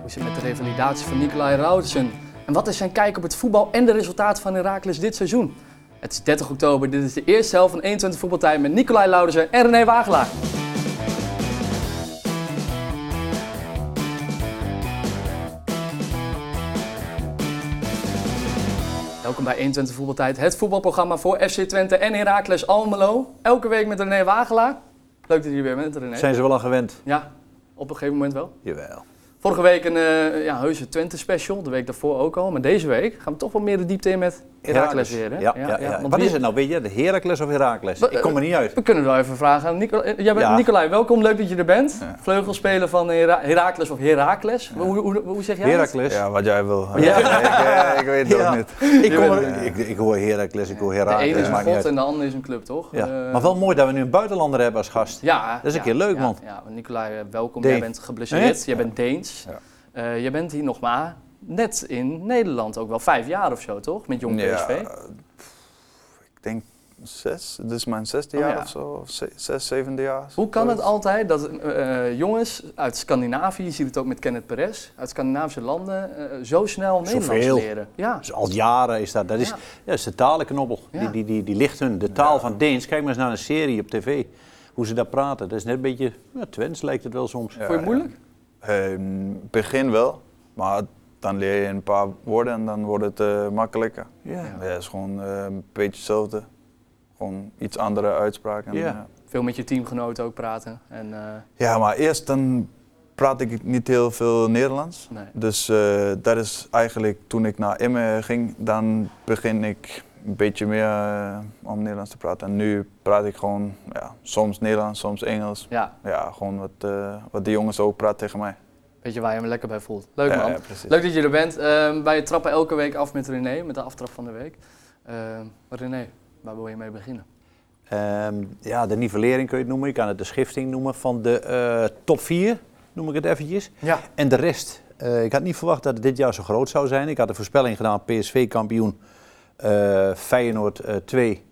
Hoe zit het met de revalidatie van Nicolai Routsen? En wat is zijn kijk op het voetbal en de resultaten van Heracles dit seizoen? Het is 30 oktober, dit is de eerste helft van 21 voetbaltijd met Nicolai Laudersen en René Wagelaar. Welkom bij 21 Voetbaltijd, het voetbalprogramma voor FC Twente en Heracles Almelo. Elke week met René Wagelaar. Leuk dat je er weer bent, René. Zijn ze wel aan gewend? Ja, op een gegeven moment wel. Jawel. Vorige week een eh ja, heuse Twente special, de week daarvoor ook al. Maar deze week gaan we toch wel meer de diepte in met Heracles weer. Hè? Ja, ja, ja. want Wat wie- is het nou? Weet je, de Heracles of Heracles? Wat, eh, Ik kom er niet uit. We kunnen wel even vragen aan Nicolai. eh, jij bent- Ja. Nicolai, welkom, leuk dat je er bent. Ja. Vleugelspeler van eh, Hera- Heracles of Herakles. Hoe, hoe, hoe zeg jij dat? Heracles. Ja, wat jij wil. Ja. Ik, eh, ik weet het ook Ja. niet. Ik, kom er- Ja. ik, ik hoor Heracles, ik hoor De Heracles. ene is een maakt niet god uit. en de ander is een club, toch? Ja. Eh, Maar wel mooi dat we nu een buitenlander hebben als gast. Ja, Dat is een ja, keer leuk, ja, man. Ja, want Nicolai, eh, welkom. Deen. Jij bent geblesseerd, Hè? jij bent Deens. Ja. Eh, jij bent hier nog maar net in Nederland, ook wel vijf jaar of zo, toch? Met jong PSV. eh, pff, ik denk zes. Dit is mijn zesde Oh, jaar ja. of zo. Of ze- zes, zevende jaar. Hoe kan het zoiets. altijd dat eh, eh, jongens uit Scandinavië, je ziet het ook met Kenneth Perez, uit Scandinavische landen, eh, zo snel Nederlands Zoveel. leren? Ja. Dus al jaren is dat. Dat is, Ja. ja. dat is de talenknobbel. Ja. Die, die, die, die ligt hun. De taal van Deens. Kijk maar eens naar een serie op tv. Hoe ze daar praten. Dat is net een beetje. Ja, Twents lijkt het wel soms. Ja, Vond je het moeilijk? Ehm, begin wel, maar dan leer je een paar woorden en dan wordt het eh, makkelijker. Ja. Ja, het is gewoon eh, een beetje hetzelfde. Gewoon iets andere uitspraken. Ja. Ja. Veel met je teamgenoten ook praten. En, eh, Ja, maar eerst dan praat ik niet heel veel Nederlands. nee. Dus eh, dat is eigenlijk toen ik naar Emmen ging, dan begin ik een beetje meer eh, om Nederlands te praten. En nu praat ik gewoon ja, soms Nederlands, soms Engels. Ja, Ja, gewoon wat, eh, wat de jongens ook praten tegen mij. weet je waar je me lekker bij voelt. Leuk ja, man. ja, precies. Leuk dat je er bent. Ehm, wij trappen elke week af met René, met de aftrap van de week. Ehm, René, waar wil je mee beginnen? Ehm, ja, de nivellering kun je het noemen. Je kan het de schifting noemen van de eh, top 4, noem ik het eventjes. Ja. En de rest. eh, ik had niet verwacht dat het dit jaar zo groot zou zijn. Ik had de voorspelling gedaan, PSV kampioen, eh, Feyenoord eh 2,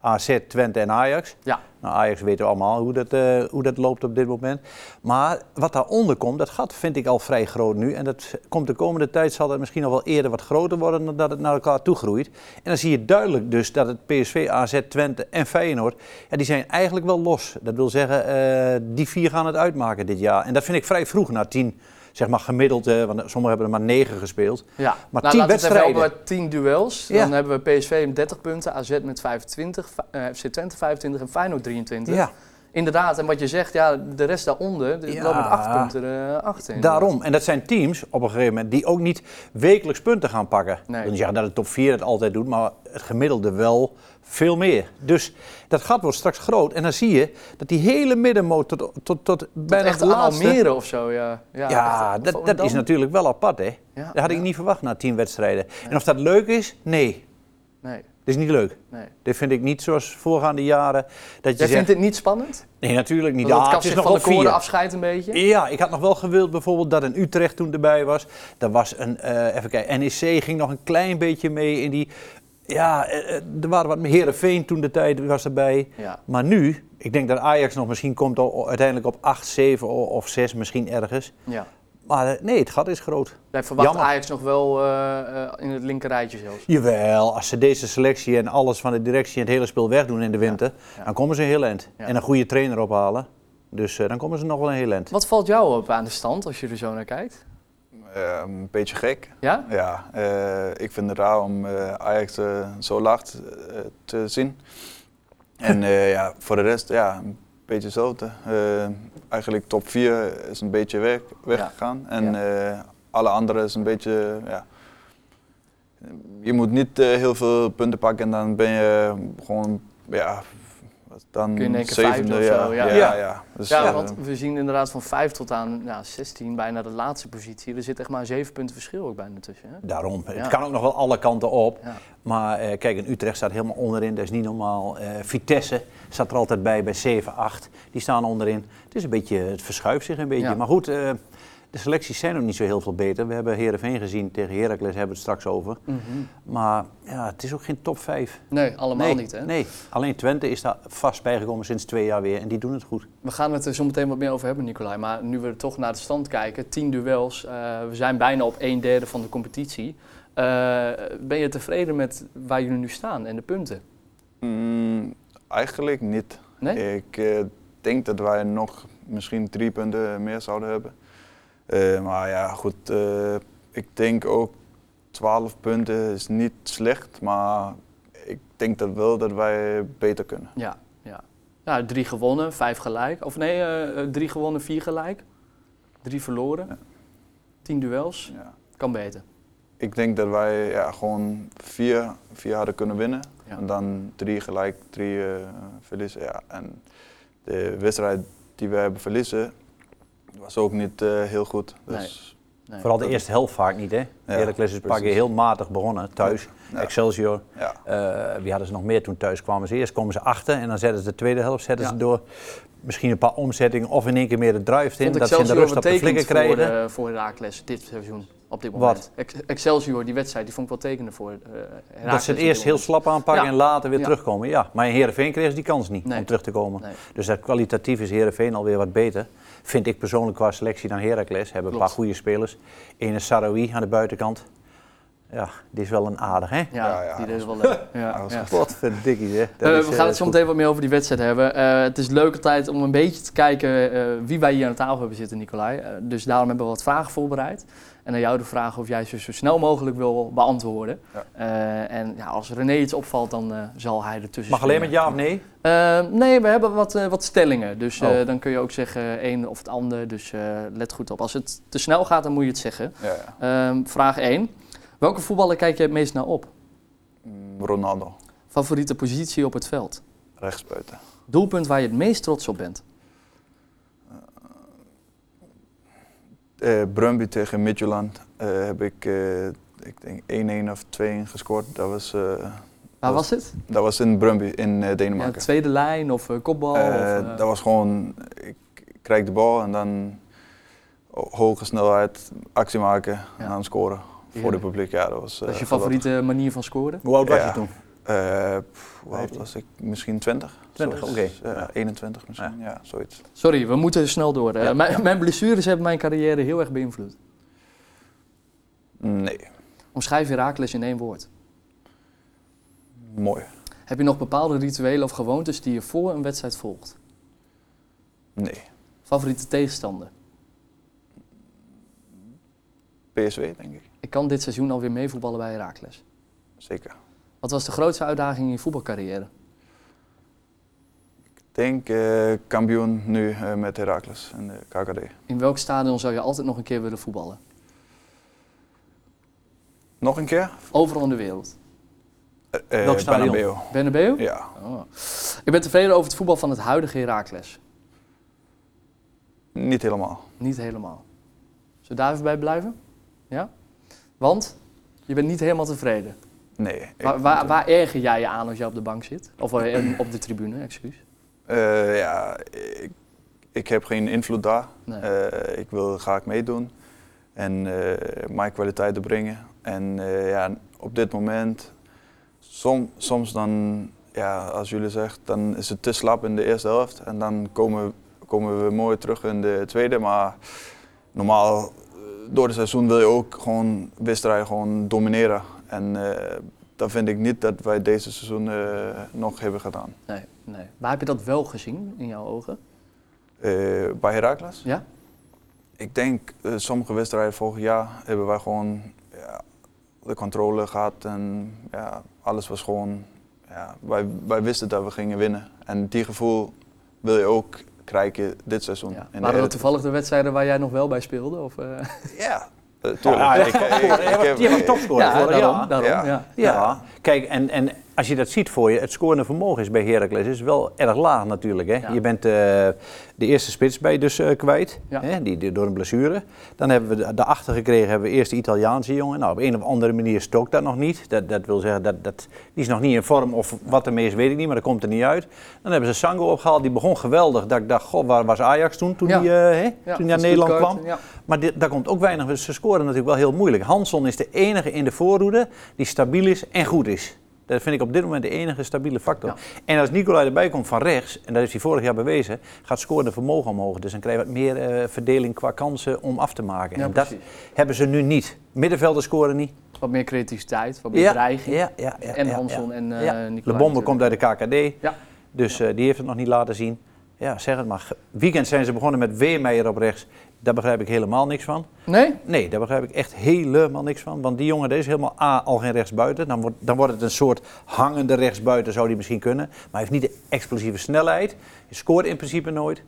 AZ, Twente en Ajax. Ja. Nou, Ajax weten we allemaal hoe dat, eh, hoe dat loopt op dit moment. Maar wat daaronder komt, dat gat vind ik al vrij groot nu. En dat komt de komende tijd, zal dat misschien nog wel eerder wat groter worden dan dat het naar elkaar toe groeit. En dan zie je duidelijk dus dat het PSV, AZ, Twente en Feyenoord, ja, die zijn eigenlijk wel los. Dat wil zeggen, eh, die vier gaan het uitmaken dit jaar. En dat vind ik vrij vroeg, na tien, zeg maar gemiddeld, eh, want sommigen hebben er maar negen gespeeld. Ja, Maar nou, tien laten we het wedstrijden. hebben over tien duels. Ja. Dan hebben we PSV met 30 punten, AZ met 25, Fa- eh, FC Twente 25 en Feyenoord 23. Ja, Inderdaad, en wat je zegt, ja, de rest daaronder, die Ja. loopt met 8 punten eh achter. inderdaad. daarom. En dat zijn teams op een gegeven moment die ook niet wekelijks punten gaan pakken. Nee. Ik wil niet zeggen dat de top 4 het altijd doet, maar het gemiddelde wel veel meer. Dus dat gat wordt straks groot. En dan zie je dat die hele middenmoot tot, tot, tot Tot bijna echt de aan laatste... Almere of zo, ja. Ja, Ja, echt, eh, dat, dat Volendam. is natuurlijk wel apart, hè? Ja, Dat had ja. ik niet verwacht na tien wedstrijden. En of dat leuk is? Nee, Nee, dat is niet leuk. nee. Dit vind ik niet zoals voorgaande jaren. Dat je Jij zegt, vindt dit niet spannend? nee, natuurlijk niet. Dat Ah, het het kaf is zich van nog wel de koren vier. afscheidt een beetje? Ja, ik had nog wel gewild bijvoorbeeld dat een Utrecht toen erbij was. Daar was een, eh, even kijken, NEC ging nog een klein beetje mee in die... Ja, eh, eh, er waren wat meer. Heerenveen toen de tijd was erbij. Ja. Maar nu, ik denk dat Ajax nog misschien komt al- uiteindelijk op 8, 7 o- of 6 misschien ergens. ja. Maar eh, nee, het gat is groot. Jij verwacht Jammer. Ajax nog wel eh, eh, in het linkerrijtje zelfs. Jawel, als ze deze selectie en alles van de directie en het hele spel wegdoen in de winter, ja. dan komen ze een heel eind. Ja. En een goede trainer ophalen. Dus eh, dan komen ze nog wel een heel eind. Wat valt jou op aan de stand als je er zo naar kijkt? Eh, een beetje gek. Ja? Ja, eh, ik vind het raar om eh, Ajax eh, zo laag te, eh, te zien. En eh, ja, voor de rest, ja, een beetje hetzelfde. Eh, eigenlijk top 4 is een beetje weg, weggegaan. En eh, alle andere is een beetje, ja... Je moet niet eh, heel veel punten pakken en dan ben je gewoon, ja... wat Dan Kun je in één keer zevende, vijfde of ja. zo, ja. Ja, Ja. ja. Dus, Ja, eh, want we zien inderdaad van 5 tot aan ja, 16 bijna de laatste positie. Er zit echt maar 7 punten verschil ook bijna tussen. Hè? Daarom, het Ja. kan ook nog wel alle kanten op. Ja. Maar eh, kijk, in Utrecht staat helemaal onderin, dat is niet normaal. Eh, Vitesse staat er altijd bij, bij 7, 8. Die staan onderin. Het is een beetje, het verschuift zich een beetje. Ja. Maar goed, eh, De selecties zijn ook niet zo heel veel beter. We hebben Herenveen gezien tegen Heracles, hebben we het straks over. Mm. Maar ja, het is ook geen top 5. Nee, allemaal Mhm. nee, niet. Hè? Nee, alleen Twente is daar vast bijgekomen sinds twee jaar weer en die doen het goed. We gaan het er zo meteen wat meer over hebben, Nicolai. Maar nu we toch naar de stand kijken, 10 duels. eh, we zijn bijna op een derde van de competitie. Eh, ben je tevreden met waar jullie nu staan en de punten? Mm, eigenlijk niet. Nee? Ik eh, denk dat wij nog misschien drie punten meer zouden hebben. Eh, maar ja, goed. eh, ik denk ook 12 punten is niet slecht, maar ik denk dat wel dat wij beter kunnen. Ja, ja. ja drie gewonnen, vijf gelijk. Of nee, eh, eh, drie gewonnen, vier gelijk. Drie verloren. Ja. 10 duels. Ja. Kan beter. Ik denk dat wij ja, gewoon vier, vier hadden kunnen winnen. Ja. En dan drie gelijk, drie eh, verliezen. Ja. En de wedstrijd die we hebben verliezen was ook niet eh, heel goed. Dus, Nee. Vooral de eerste helft vaak niet, hè? Heracles is een paar precies. keer heel matig begonnen, thuis. Ja. Excelsior, ja. eh, wie hadden ze nog meer toen thuis kwamen? Ze eerst komen ze achter en dan zetten ze de tweede helft zetten Ja. ze door. Misschien een paar omzettingen of in één keer meer de drive in. Vond Dat ze in de Excelsior rust op de betekend flikken voor, krijgen. eh, voor Heracles dit seizoen op dit moment? Wat? Ex- Excelsior, die wedstrijd, die vond ik wel tekenen voor eh Heracles. Dat ze het op dit eerst heel moment. slap aanpakken Ja. en later weer Ja. terugkomen. Ja, maar in Heerenveen kregen ze die kans niet Nee. om terug te komen. Nee. Dus dat kwalitatief is Heerenveen alweer wat beter. Vind ik persoonlijk qua selectie dan Heracles. Hebben Klopt. een paar goede spelers. Eén is Sarawi aan de buitenkant. Ja, die is wel een aardig, hè? Ja, Ja, ja, die deed wel leuk. Ja, was ja. Wat verdikkie, hè? Dat Eh, is, we eh, gaan het zo goed. meteen wat meer over die wedstrijd hebben. Eh, het is leuke tijd om een beetje te kijken eh, wie wij hier aan tafel hebben zitten, Nicolai. Eh, dus daarom hebben we wat vragen voorbereid. En aan jou de vraag of jij ze zo snel mogelijk wil beantwoorden. Ja. Eh, en ja, als René iets opvalt, dan eh, zal hij ertussen Mag alleen met ja jou. of nee? nee, we hebben wat, eh, wat stellingen. Dus eh, Oh. dan kun je ook zeggen eh, een of het ander. Dus eh, let goed op. Als het te snel gaat, dan moet je het zeggen. Ja, ja. Ehm, vraag 1. Welke voetballer kijk jij het meest naar op? Mm, Ronaldo, Favoriete positie op het veld? rechtsbuiten. Doelpunt waar je het meest trots op bent? Eh Brumby tegen Midtjylland eh, heb ik, eh, ik denk 1-1 of 2-1 gescoord. Dat was, eh, Waar Dat was het? dat was in Brumby in eh, Ja, Denemarken. tweede lijn of eh, kopbal? of, Eh, eh, dat was gewoon, ik krijg de bal en dan ho- hoge snelheid, actie maken en dan scoren voor het heerlijk. publiek. Ja, dat was, Dat is je eh, favoriete manier van scoren? Hoe oud was Ja. je toen? geweldig. Eh, pff, hoe oud was ik? Misschien 20? 20, zoiets. oké. Ja, Ja. 21 misschien, ja, zoiets. Sorry, we moeten snel door. Eh, Ja, mijn, ja. mijn blessures hebben mijn carrière heel erg beïnvloed. Nee, Omschrijf Herakles in één woord. mooi. Heb je nog bepaalde rituelen of gewoontes die je voor een wedstrijd volgt? Nee. Favoriete tegenstander? PSW denk ik, Ik kan dit seizoen alweer meevoetballen bij Herakles. zeker. Wat was de grootste uitdaging in je voetbalcarrière? Ik denk eh, kampioen nu eh, met Heracles en eh, de KKD. In welk stadion zou je altijd nog een keer willen voetballen? Nog een keer? Overal in de wereld. Eh, eh, Welk stadion? Bernabeu. Bernabeu? Ja, Oh. Ik ben tevreden over het voetbal van het huidige Herakles. niet helemaal. Niet helemaal. Zullen we daar even bij blijven? Ja? Want je bent niet helemaal tevreden. Nee. ik- Waar, waar, waar erger jij je aan als jij op de bank zit? Of eh, op de tribune, excuus. Eh, ja, ik, ik heb geen invloed daar. Nee. Eh, ik wil graag meedoen en eh, mijn kwaliteiten brengen. En eh, ja, op dit moment, som, soms dan, ja, als jullie zegt, dan is het te slap in de eerste helft. En dan komen, komen we mooi terug in de tweede. Maar normaal, eh, door het seizoen wil je ook gewoon wedstrijden gewoon domineren. En eh, dat vind ik niet dat wij deze seizoen eh, nog hebben gedaan. Nee, nee. Waar heb je dat wel gezien in jouw ogen? Eh, bij Heracles? Ja? Ik denk, eh, sommige wedstrijden vorig jaar hebben wij gewoon ja, de controle gehad en ja, alles was gewoon, ja, wij, wij wisten dat we gingen winnen. En die gevoel wil je ook krijgen dit seizoen. ja. in de Waren dat Eredivisie. toevallig de wedstrijden waar jij nog wel bij speelde? Of, eh? Ja, eh, tuurlijk. Ah, Ja, Ik- ik- ik Die heb- was topscorer vorig daarom. jaar. daarom ja. Ja. Ja, kijk, en, en als je dat ziet voor je, het scorende vermogen is bij Heracles is wel erg laag natuurlijk. Hè? Ja. Je bent eh, de eerste spits bij dus eh, kwijt, Ja. hè? Die, die- door een blessure. Dan hebben we de- daarachter gekregen, hebben we eerst de Italiaanse jongen. Nou, op een of andere manier stookt dat nog niet. Dat, dat wil zeggen, dat, dat, die is nog niet in vorm of wat ermee is, weet ik niet, maar dat komt er niet uit. Dan hebben ze Sango opgehaald, die begon geweldig. Dat ik dacht, god, waar was Ajax toen, toen Ja. hij eh, hè, Ja, toen hij van naar Nederland Stuttgart, kwam? ja. Maar dit, daar komt ook weinig. Dus ze scoren natuurlijk wel heel moeilijk. Hanson is de enige in de voorroede die stabiel is en goed is. Dat vind ik op dit moment de enige stabiele factor. Ja. En als Nicolai erbij komt van rechts, en dat heeft hij vorig jaar bewezen, gaat scorende vermogen omhoog. Dus dan krijg je wat meer eh, verdeling qua kansen om af te maken. Ja, en dat precies. hebben ze nu niet. Middenvelden scoren niet. Wat meer creativiteit, wat meer dreiging. ja, ja, ja, en ja, Hanson ja. en eh Ja. Nicolai. de bombe natuurlijk. komt uit de KKD. Ja, Dus eh, die heeft het nog niet laten zien. Ja, zeg het maar. Ge- Weekend zijn ze begonnen met Weermeijer op rechts. Daar begrijp ik helemaal niks van. nee? Nee, daar begrijp ik echt helemaal niks van. Want die jongen die is helemaal A, al geen rechtsbuiten. Dan wordt, dan wordt het een soort hangende rechtsbuiten, zou die misschien kunnen. Maar hij heeft niet de explosieve snelheid. Hij scoort in principe nooit.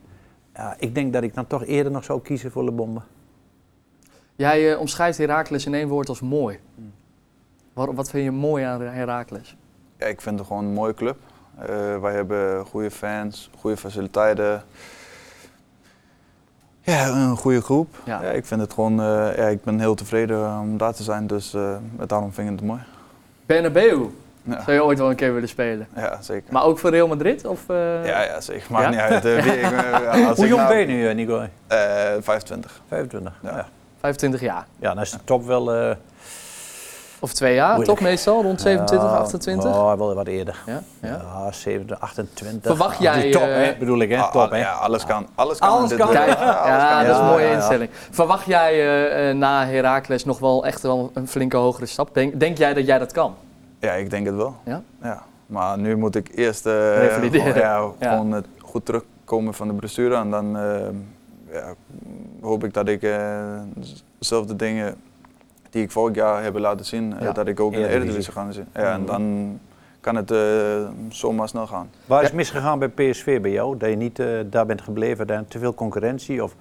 Ja, ik denk dat ik dan toch eerder nog zou kiezen voor Lebombe. Jij eh, omschrijft Herakles in één woord als mooi. Waarom- wat vind je mooi aan Herakles? Ja, ik vind het gewoon een mooie club. Eh, wij hebben goede fans, goede faciliteiten. Ja, een goede groep. Ja. Ja. ik vind het gewoon, eh, ja, ik ben heel tevreden om daar te zijn, dus eh, daarom vind ik het mooi. Bernabeu Ja, zou je ooit wel een keer willen spelen. ja zeker. Maar ook voor Real Madrid? Of, eh, ja, ja, zeker. Maakt Ja? niet uit. eh, wie ik, eh, als Hoe ik jong nou- ben je nu, eh, Nicolai? Eh, 25. 25. Ja. Ja. Ja. 25 jaar. dan is de top wel... eh, Of twee jaar, Moeilijk. toch meestal? Rond 27, ja, 28? Oh, wel wat eerder. Ja? Ja, Ja. 27, 28. Verwacht Ja, die jij, Top, eh, hè, bedoel ik, hè? Ah, top, ah, hè? Ja, alles kan. Alles kan. Alles in dit kan. leven. Kijk, Ja, alles ja, kan. dat is een Ja, mooie ja, ja. instelling. Verwacht jij eh, eh, na Herakles nog wel echt wel een flinke hogere stap? Denk, denk jij dat jij dat kan? Ja, ik denk het wel. Ja? Maar nu moet ik eerst eh, Revalideren. gewoon, ja, Ja. gewoon eh, goed terugkomen van de blessure. En dan eh, ja, hoop ik dat ik eh, dezelfde dingen die ik vorig jaar heb laten zien, eh, Ja, dat ik ook in de Eredivisie. Eredivisie ga zien. Ja, en dan kan het eh, zomaar snel gaan. Waar is Ja. misgegaan bij PSV bij jou? Dat je niet eh, daar bent gebleven, daar te veel concurrentie of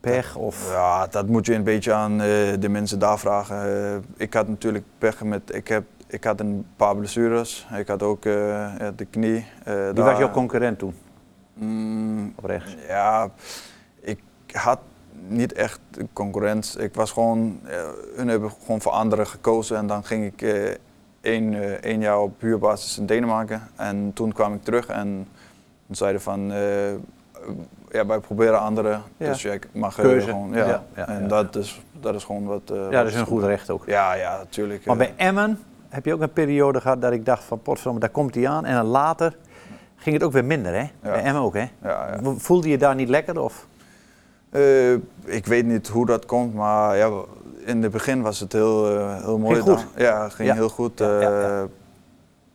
pech of... Ja, dat moet je een beetje aan eh, de mensen daar vragen. Eh, ik had natuurlijk pech met, ik, heb, ik had een paar blessures. Ik had ook eh, ja, de knie. eh, Die daar- was jouw concurrent toen, Mm, op rechts. Ja, ik had niet echt concurrentie. Ik was gewoon, eh, hun hebben gewoon voor anderen gekozen en dan ging ik eh, één, eh, één jaar op huurbasis in Denemarken. En toen kwam ik terug en toen zeiden van, eh, ja, wij proberen anderen, Ja. dus jij mag eh, Keuze. gewoon, ja. Ja, ja, en ja. Dat, is, dat is gewoon wat... eh, wat Ja, dat is een goed recht ook. Ja, ja, natuurlijk. Maar eh, bij Emmen heb je ook een periode gehad dat ik dacht van potverdomme, daar komt hij aan. En dan later ging het ook weer minder, hè? Bij Emmen ook, hè? ja, ja. Voelde je daar niet lekker of? Eh, ik weet niet hoe dat komt, maar ja, in het begin was het heel, eh, heel mooi. Ging goed. Dan. Ja, ging Ja. heel goed. Ja, ja, ja. eh,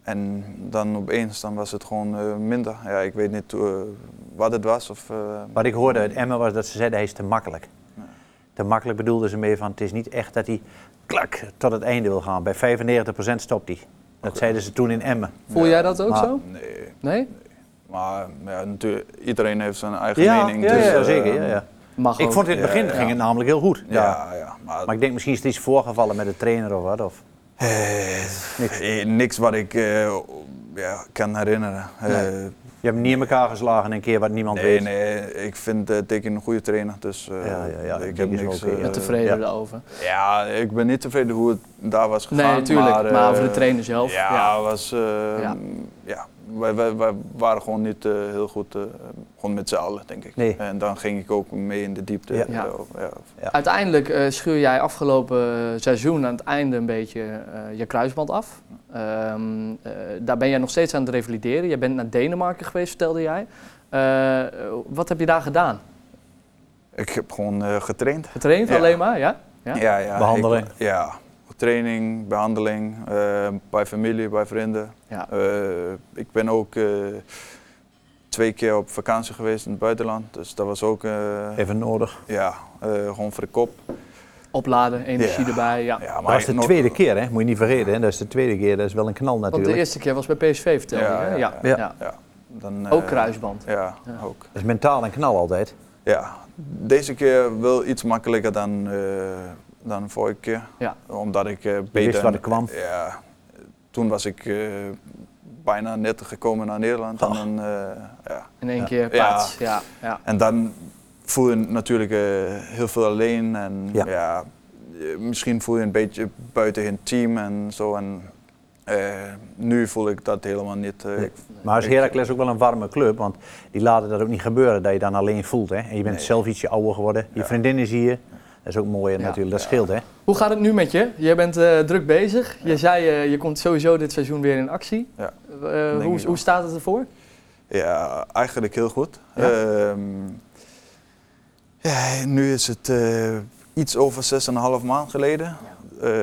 En dan opeens dan was het gewoon eh, minder. Ja, ik weet niet eh, wat het was. Of, eh, Wat ik hoorde uit Emmen was dat ze zeiden hij is te makkelijk. Te makkelijk bedoelden ze mee van het is niet echt dat hij klak tot het einde wil gaan. Bij 95% stopt hij. Dat zeiden ze toen in Emmen. Voel jij dat ook Maar- zo? nee, Nee? maar ja, natuurlijk, iedereen heeft zijn eigen mening. ja, dus, ja, eh, zeker. Ja, ja. Mag Ik ook. vond het in het Ja, begin ja. ging het namelijk heel goed. Ja, Ja. ja, maar, Maar ik denk misschien is het iets voorgevallen met de trainer of wat. Of. niks. eh, niks wat ik eh, ja, kan herinneren. Eh, Je hebt niet in elkaar geslagen een keer wat niemand Nee, weet. nee, ik vind eh Dick een goede trainer, dus eh, Ja, ja, ja, ik Dick heb is niks... wel oké. eh, Ja, tevreden ja. over. ja, ik ben niet tevreden hoe het daar was gegaan. Nee, natuurlijk. Maar, eh, over de trainer zelf. Ja, ja. was... eh, Ja. ja. wij, wij, wij waren gewoon niet eh, heel goed, eh, gewoon met z'n allen, denk ik. Nee. En dan ging ik ook mee in de diepte. Ja. Ja. eh, ja. Uiteindelijk eh schuur jij afgelopen eh, seizoen aan het einde een beetje eh, je kruisband af. Ehm, eh, daar ben jij nog steeds aan het revalideren. Je bent naar Denemarken geweest, vertelde jij. Eh, wat heb je daar gedaan? Ik heb gewoon eh, getraind. Getraind Ja. alleen maar, ja? Ja? Ja, ja, Behandeling. ik- ja, training, behandeling, eh, bij familie, bij vrienden. Ja. Eh, ik ben ook eh, twee keer op vakantie geweest in het buitenland. Dus dat was ook eh, Even nodig. ja, eh, gewoon voor de kop. Opladen, energie Ja. erbij, ja. Ja, dat was de nog- tweede keer, hè? moet je niet vergeten. Hè? Dat is de tweede keer, dat is wel een knal Want de natuurlijk. eerste keer was bij PSV, vertelde je. Ja, hè? ja, Ja, ja. ja. Ja, dan, eh, Ook kruisband. Ja, Ja. ook. Dat is mentaal een knal altijd. Ja, deze keer wel iets makkelijker dan, eh dan vorige keer. Ja. Omdat ik eh, beter... Je wist waar het kwam. Ja, het toen was ik eh, bijna net gekomen naar Nederland. En, Oh. dan, eh, ja. In één Ja. keer Ja. plaats. Ja. Ja. en dan voel je natuurlijk eh, heel veel alleen. En Ja. ja. eh, misschien voel je een beetje buiten een team en zo. En eh, nu voel ik dat helemaal niet. eh, Nee. ik- Maar is Ik- Heracles ook wel een warme club, want die laten dat ook niet gebeuren dat je dan alleen voelt. Hè? En je bent Nee. zelf ietsje ouder geworden, je Ja. vriendin is hier. Dat is ook mooier Ja. natuurlijk, dat Ja. Eh, scheelt hè. Hoe gaat het nu met je? Jij bent eh, druk bezig. Je zei eh, je komt sowieso dit seizoen weer in actie. Ja. Eh, denk hoe, ik hoe wel. staat het ervoor? Ja, eigenlijk heel goed. Ja? Ehm, ja, nu is het eh, iets over 6,5 maand geleden. Eh,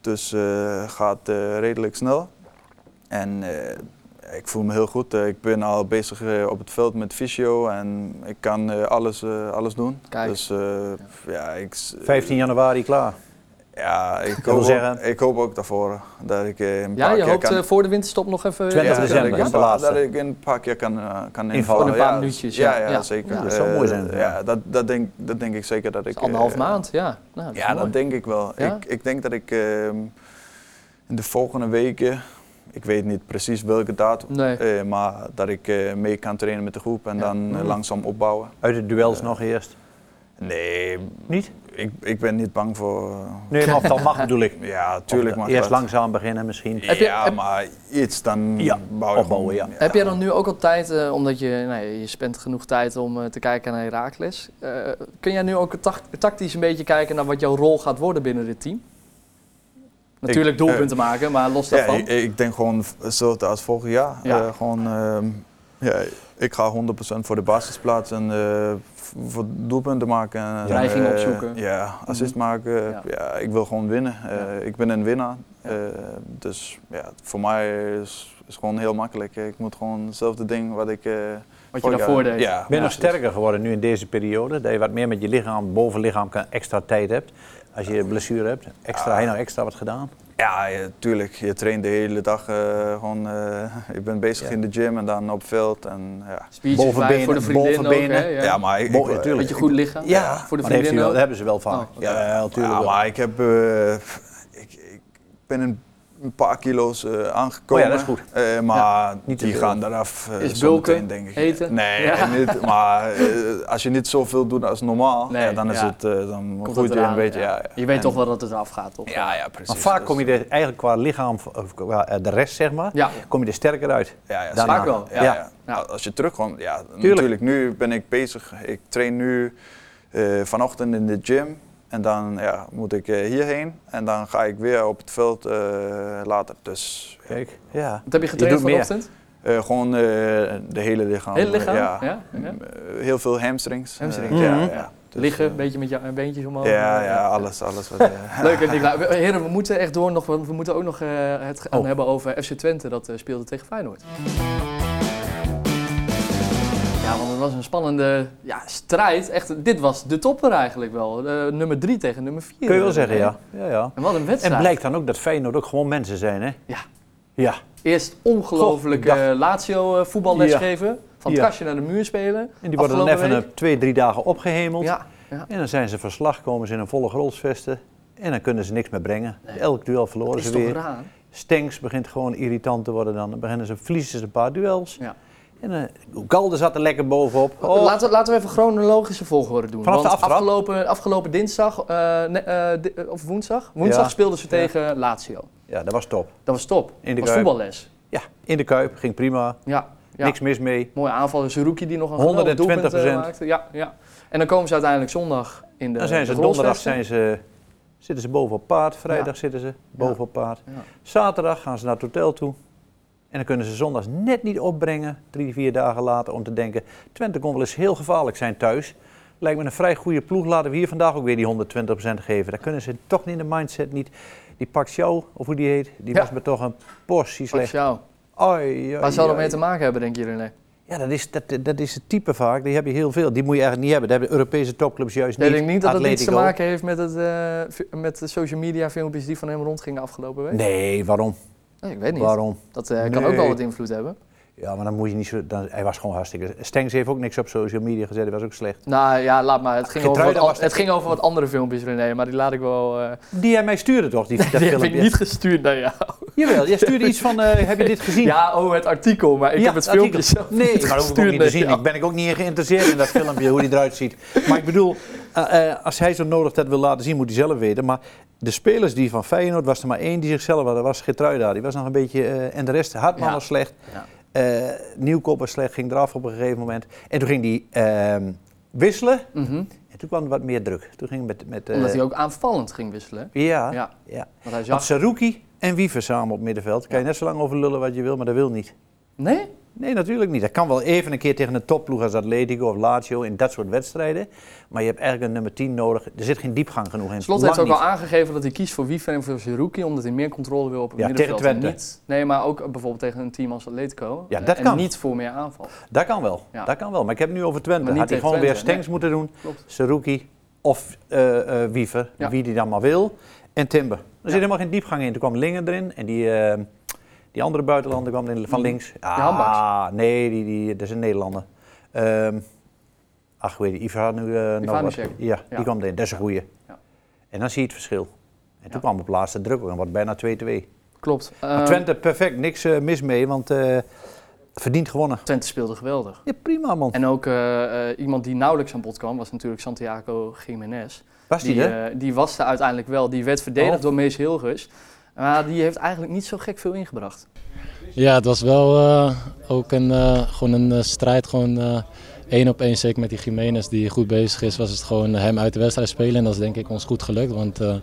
dus eh gaat eh, redelijk snel. En eh, ik voel me heel goed. Eh, ik ben al bezig eh, op het veld met fysio en ik kan eh, alles, eh, alles doen. Kijk. Dus eh, ja, ik, s- 15 januari klaar. ja, ik, wil hoop ook, zeggen- ik hoop ook daarvoor dat ik eh, een Ja, paar je keer hoopt kan... eh, voor de winterstop nog even... eh, 20 Ja, december. is dat ik, een de paar- laatste. Dat ik een paar keer kan, eh, kan Invallen. invallen. Een paar ja. minuutjes, ja. Ja, ja, Ja. zeker. Ja, dat zou mooi zijn. Eh, ja, dat, dat, denk, dat denk ik zeker dat ik... dat is anderhalf eh, maand, ja. Nou, dat is Ja, mooi. dat denk ik wel. Ja? Ik, ik denk dat ik eh, in de volgende weken, ik weet niet precies welke datum, Nee. eh, maar dat ik eh, mee kan trainen met de groep en Ja. dan eh, Mm. langzaam opbouwen. Uit de duels Ja. nog eerst. Nee, Niet? ik, ik ben niet bang voor... Nee, maar of dat mag bedoel ik. Ja, tuurlijk mag eh, Eerst dat. langzaam beginnen misschien. Heb je- Ja, heb- maar iets, dan Ja, bouw je opbouwen, gewoon- ja. Heb jij dan nu ook al tijd, eh, omdat je, nou, ja, je spent genoeg tijd om eh, te kijken naar Herakles. eh, kun jij nu ook tac- tactisch een beetje kijken naar wat jouw rol gaat worden binnen dit team? Natuurlijk eh, doelpunten maken, maar los Ja, daarvan. ik, ik denk gewoon hetzelfde als vorig jaar. Ja. Eh, gewoon, ehm, ja, ik ga 100% voor de basisplaats en eh, v- voor doelpunten maken. En, Dreiging eh, opzoeken. Mhm. Ja, assist maken. Ja. Ja. ik wil gewoon winnen. Eh, Ja. Ik ben een winnaar. Ja. Eh, dus ja, voor mij is het gewoon heel makkelijk. Ik moet gewoon hetzelfde ding wat ik... eh, wat je vorig daarvoor jaar- deed. Ja, Ben je nog precies. sterker geworden nu in deze periode? Dat je wat meer met je lichaam, bovenlichaam, kan, extra tijd hebt. Als je blessure hebt, extra, Ah. hij nou extra wat gedaan. Ja, je- tuurlijk. Je traint de hele dag. eh, gewoon, eh, ik ben bezig Ja. in de gym en dan op veld. En, ja. Speeches Bovenbenen, voor de vriendin bovenbenen. ook, hè? Ja. Ja. maar ik, Bo- ik- ja, tuurlijk. Beetje goed liggen. eh, Voor Ja, de Maar dat, heeft vriendin hij wel, dat ook. hebben ze wel vaak. Oh, Ja, ja, natuurlijk Ja, wel. maar ik heb. eh, ik, ik ben een, een paar kilo's eh, aangekomen. Oh ja, dat is goed. Eh, maar niet te die veel. gaan eraf. eh, Is zometeen, bulken, denk ik. eten? Nee, Ja. niet, maar eh, als je niet zoveel doet als normaal, Nee, ja, dan is ja. het. eh, dan Komt groeit het je eraan, een beetje. ja. Ja. ja. Je weet En- toch wel dat het eraf gaat, toch? Ja, ja, precies. Maar vaak Dus- kom je er eigenlijk qua lichaam, of qua eh, de rest zeg maar, Ja. kom je er sterker uit. Ja, ja, Daarna. zeker. Vaak wel. Ja, Ja. ja. Ja. Nou, Als je terugkomt, ja, natuurlijk. Nu ben ik bezig. Ik train nu eh, vanochtend in de gym. En dan ja, moet ik eh, hierheen. En dan ga ik weer op het veld eh, later. Dus eh, Kijk, ja. Wat heb je getraind doet meer. vanochtend? eh, gewoon eh, de hele lichaam. Heel lichaam? Oh, Ja. Ja, ja. Mm, eh, heel veel hamstrings. Hamstrings. Eh, ja, Mhm. ja. Dus, Liggen, eh, een beetje met je eh, beentjes omhoog. Ja, ja, alles. alles wat, eh, Leuk, hè, Nicola. Nou, We- Heren, we moeten echt door nog, want we moeten ook nog eh, het gaan Oh. hebben over FC Twente. Dat eh, speelde tegen Feyenoord. Ja, want het was een spannende ja, strijd. Echt, dit was de topper eigenlijk wel. Eh, nummer 3 tegen nummer 4. Kun je wel zeggen, ja. ja, ja. En wat een wedstrijd. En blijkt dan ook dat Feyenoord ook gewoon mensen zijn, hè? Ja. Ja, Eerst ongelooflijk Goh, dag. eh, Lazio eh, voetballes Ja. geven. Van het Ja. kastje naar de muur spelen. en die worden dan Afgelopen even een, twee, drie dagen opgehemeld. Ja, ja. En dan zijn ze verslag, komen ze in een volle grolsvesten. En dan kunnen ze niks meer brengen. Nee. Elk duel Dat verloren is ze toch weer. raar. Stenks begint gewoon irritant te worden dan. Dan beginnen ze, verliezen ze een paar duels. Ja. En eh Galde zat er lekker bovenop. Oh, Laten, we- laten we even chronologische volgorde doen. Vanaf de want aftrap? afgelopen, afgelopen dinsdag, eh, ne- eh, di- eh, of woensdag, woensdag Ja. speelden ze Ja. tegen Lazio. Ja, dat was top. Dat was top. In Dat de was Kuip. voetballes. Ja, in de Kuip, ging prima. Ja, ja. Niks mis mee. mooie aanval. Zerouki die nog een geweldig doelpunt eh, 120%. maakte. Ja, ja. En dan komen ze uiteindelijk zondag in de Dan zijn ze de donderdag rolsvesten. zijn ze, zitten ze bovenop paard, vrijdag zitten ze bovenop paard. Ja. Zaterdag gaan ze naar het hotel toe. En dan kunnen ze zondags net niet opbrengen, drie, vier dagen later, om te denken... Twente kon wel eens heel gevaarlijk zijn thuis. Lijkt me een vrij goede ploeg, laten we hier vandaag ook weer die 120% geven. Daar kunnen ze toch niet in de mindset niet. Die Paxiao, of hoe die heet, die Ja. was me toch een portie Pak slecht. jou. Oei, oei, Waar zou dat oei. mee te maken hebben, denk je, René? Ja, dat is, dat, dat is het type vaak. Die heb je heel veel. Die moet je eigenlijk niet hebben. Dat hebben Europese topclubs juist Ik niet. denk niet dat dat iets te Atletico. maken heeft met, het, eh, vi- met de social media filmpjes die van hem rondgingen afgelopen week. Nee, waarom? Nee, ik weet niet. Waarom? Dat eh, kan ook Nee. wel wat invloed hebben. Ja, maar dan moet je niet zo... Dan, hij was gewoon hartstikke... Stengs heeft ook niks op social media gezet. Hij was ook slecht. Nou ja, laat maar. Het ging, over Geertruida wat, an- was de- het ging over wat andere filmpjes, René, maar die laat ik wel... eh, Die hij mij stuurde toch? Die, dat die heb ik filmpje. niet gestuurd naar jou. Jawel, jij stuurde iets van, eh, heb je dit gezien? Ja, oh, het artikel, maar ik Ja, heb het artikel. filmpje zelf Nee, ik ga ook gestuurd. niet Nee, te zien. ja. Ik ben ik ook niet in geïnteresseerd in dat filmpje, hoe die eruit ziet. Maar ik bedoel, eh, eh, als hij zo nodig dat wil laten zien, moet hij zelf weten. Maar de spelers die van Feyenoord, was er maar één die zichzelf had. Dat was Getruida. Die was nog een beetje, eh, en de rest, Hartman Ja. was slecht. Ja. Eh, Nieuwkoop was slecht, ging eraf op een gegeven moment. En toen ging hij ehm, wisselen. Mhm. En toen kwam er wat meer druk. Toen ging hij met... met eh, Omdat hij ook aanvallend ging wisselen. Ja, hè? ja. Ja, want hij Want zag... Saruki en Wiever samen op middenveld. Daar kan je net zo lang over lullen wat je wil, maar dat wil niet. Nee? Nee, natuurlijk niet. Dat kan wel even een keer tegen een topploeg als Atletico of Lazio in dat soort wedstrijden. Maar je hebt eigenlijk een nummer 10 nodig. Er zit geen diepgang genoeg in. Slot Lang heeft ook al niet. aangegeven dat hij kiest voor Wiefer en voor Zerouki, omdat hij meer controle wil op het Ja, middenveld. tegen Twente. En Niet, nee, maar ook eh, bijvoorbeeld tegen een team als Atletico. Ja, Eh, dat en kan. niet voor meer aanval. Dat kan wel. Ja. Dat kan wel. Maar ik heb het nu over Twente. Maar niet Had hij tegen gewoon weer Twente, Stengs moeten doen. Klopt. Saruki of eh, eh, Wiever. Ja. Wie die dan maar wil. En Timber. Er Ja. zit helemaal geen diepgang in. Toen kwam Lingen erin. En die, eh, die andere buitenlander kwam in, van links. Ah, Hambaks. nee, die, die, dat is een Nederlander. Ehm ach, weet je, Ivar nu eh nog wat. Ivanicek. Ja, die Ja. kwam erin. Dat is een goeie. Ja. En dan zie je het verschil. En toen Ja. kwam op laatste druk en wordt bijna 2-2. Klopt. Maar Eh, Twente perfect, niks eh, mis mee, want eh, verdient gewonnen. Twente speelde geweldig. Ja, prima man. En ook eh, eh, iemand die nauwelijks aan bod kwam, was natuurlijk Santiago Jiménez. Was die, er? eh, die was er uiteindelijk wel. Die werd verdedigd Oh. door Mees Hilgers. Maar die heeft eigenlijk niet zo gek veel ingebracht. Ja, het was wel eh, ook een, eh, gewoon een eh, strijd. Gewoon eh, één op één, zeker met die Jiménez die goed bezig is, was het gewoon hem uit de wedstrijd spelen. En dat is denk ik ons goed gelukt. Want eh,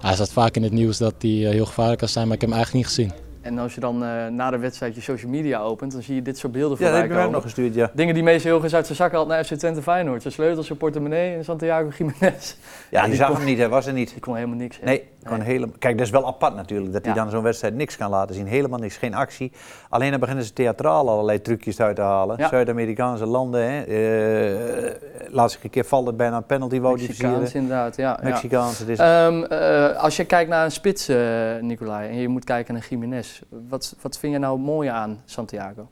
hij zat vaak in het nieuws dat hij eh, heel gevaarlijk kan zijn, maar ik heb hem eigenlijk niet gezien. En als je dan eh, na de wedstrijd je social media opent, dan zie je dit soort beelden Ja, dat voorbij heb je mij komen. ook nog gestuurd, ja. Dingen die Mees Hilgers uit zijn zak had naar FC Twente Feyenoord. Zijn sleutels, zijn portemonnee en Santiago Jiménez. Ja, die die zag kon- hem niet, hij was er niet. Die kon helemaal niks hebben. Nee, gewoon helemaal. Kijk, dat is wel apart natuurlijk, dat hij Ja. dan zo'n wedstrijd niks kan laten zien. Helemaal niks, geen actie. Alleen dan beginnen ze theatraal allerlei trucjes uit te halen. Ja. Zuid-Amerikaanse landen, hè. eh laatste keer valde bijna een penalty, wou die Mexicaans versieren. inderdaad, ja. ja. Mexicaanse, dus het is Ehm, eh, als je kijkt naar een spits, eh, Nicolai, en je moet kijken naar Jiménez. Wat, wat vind je nou mooi aan Santiago?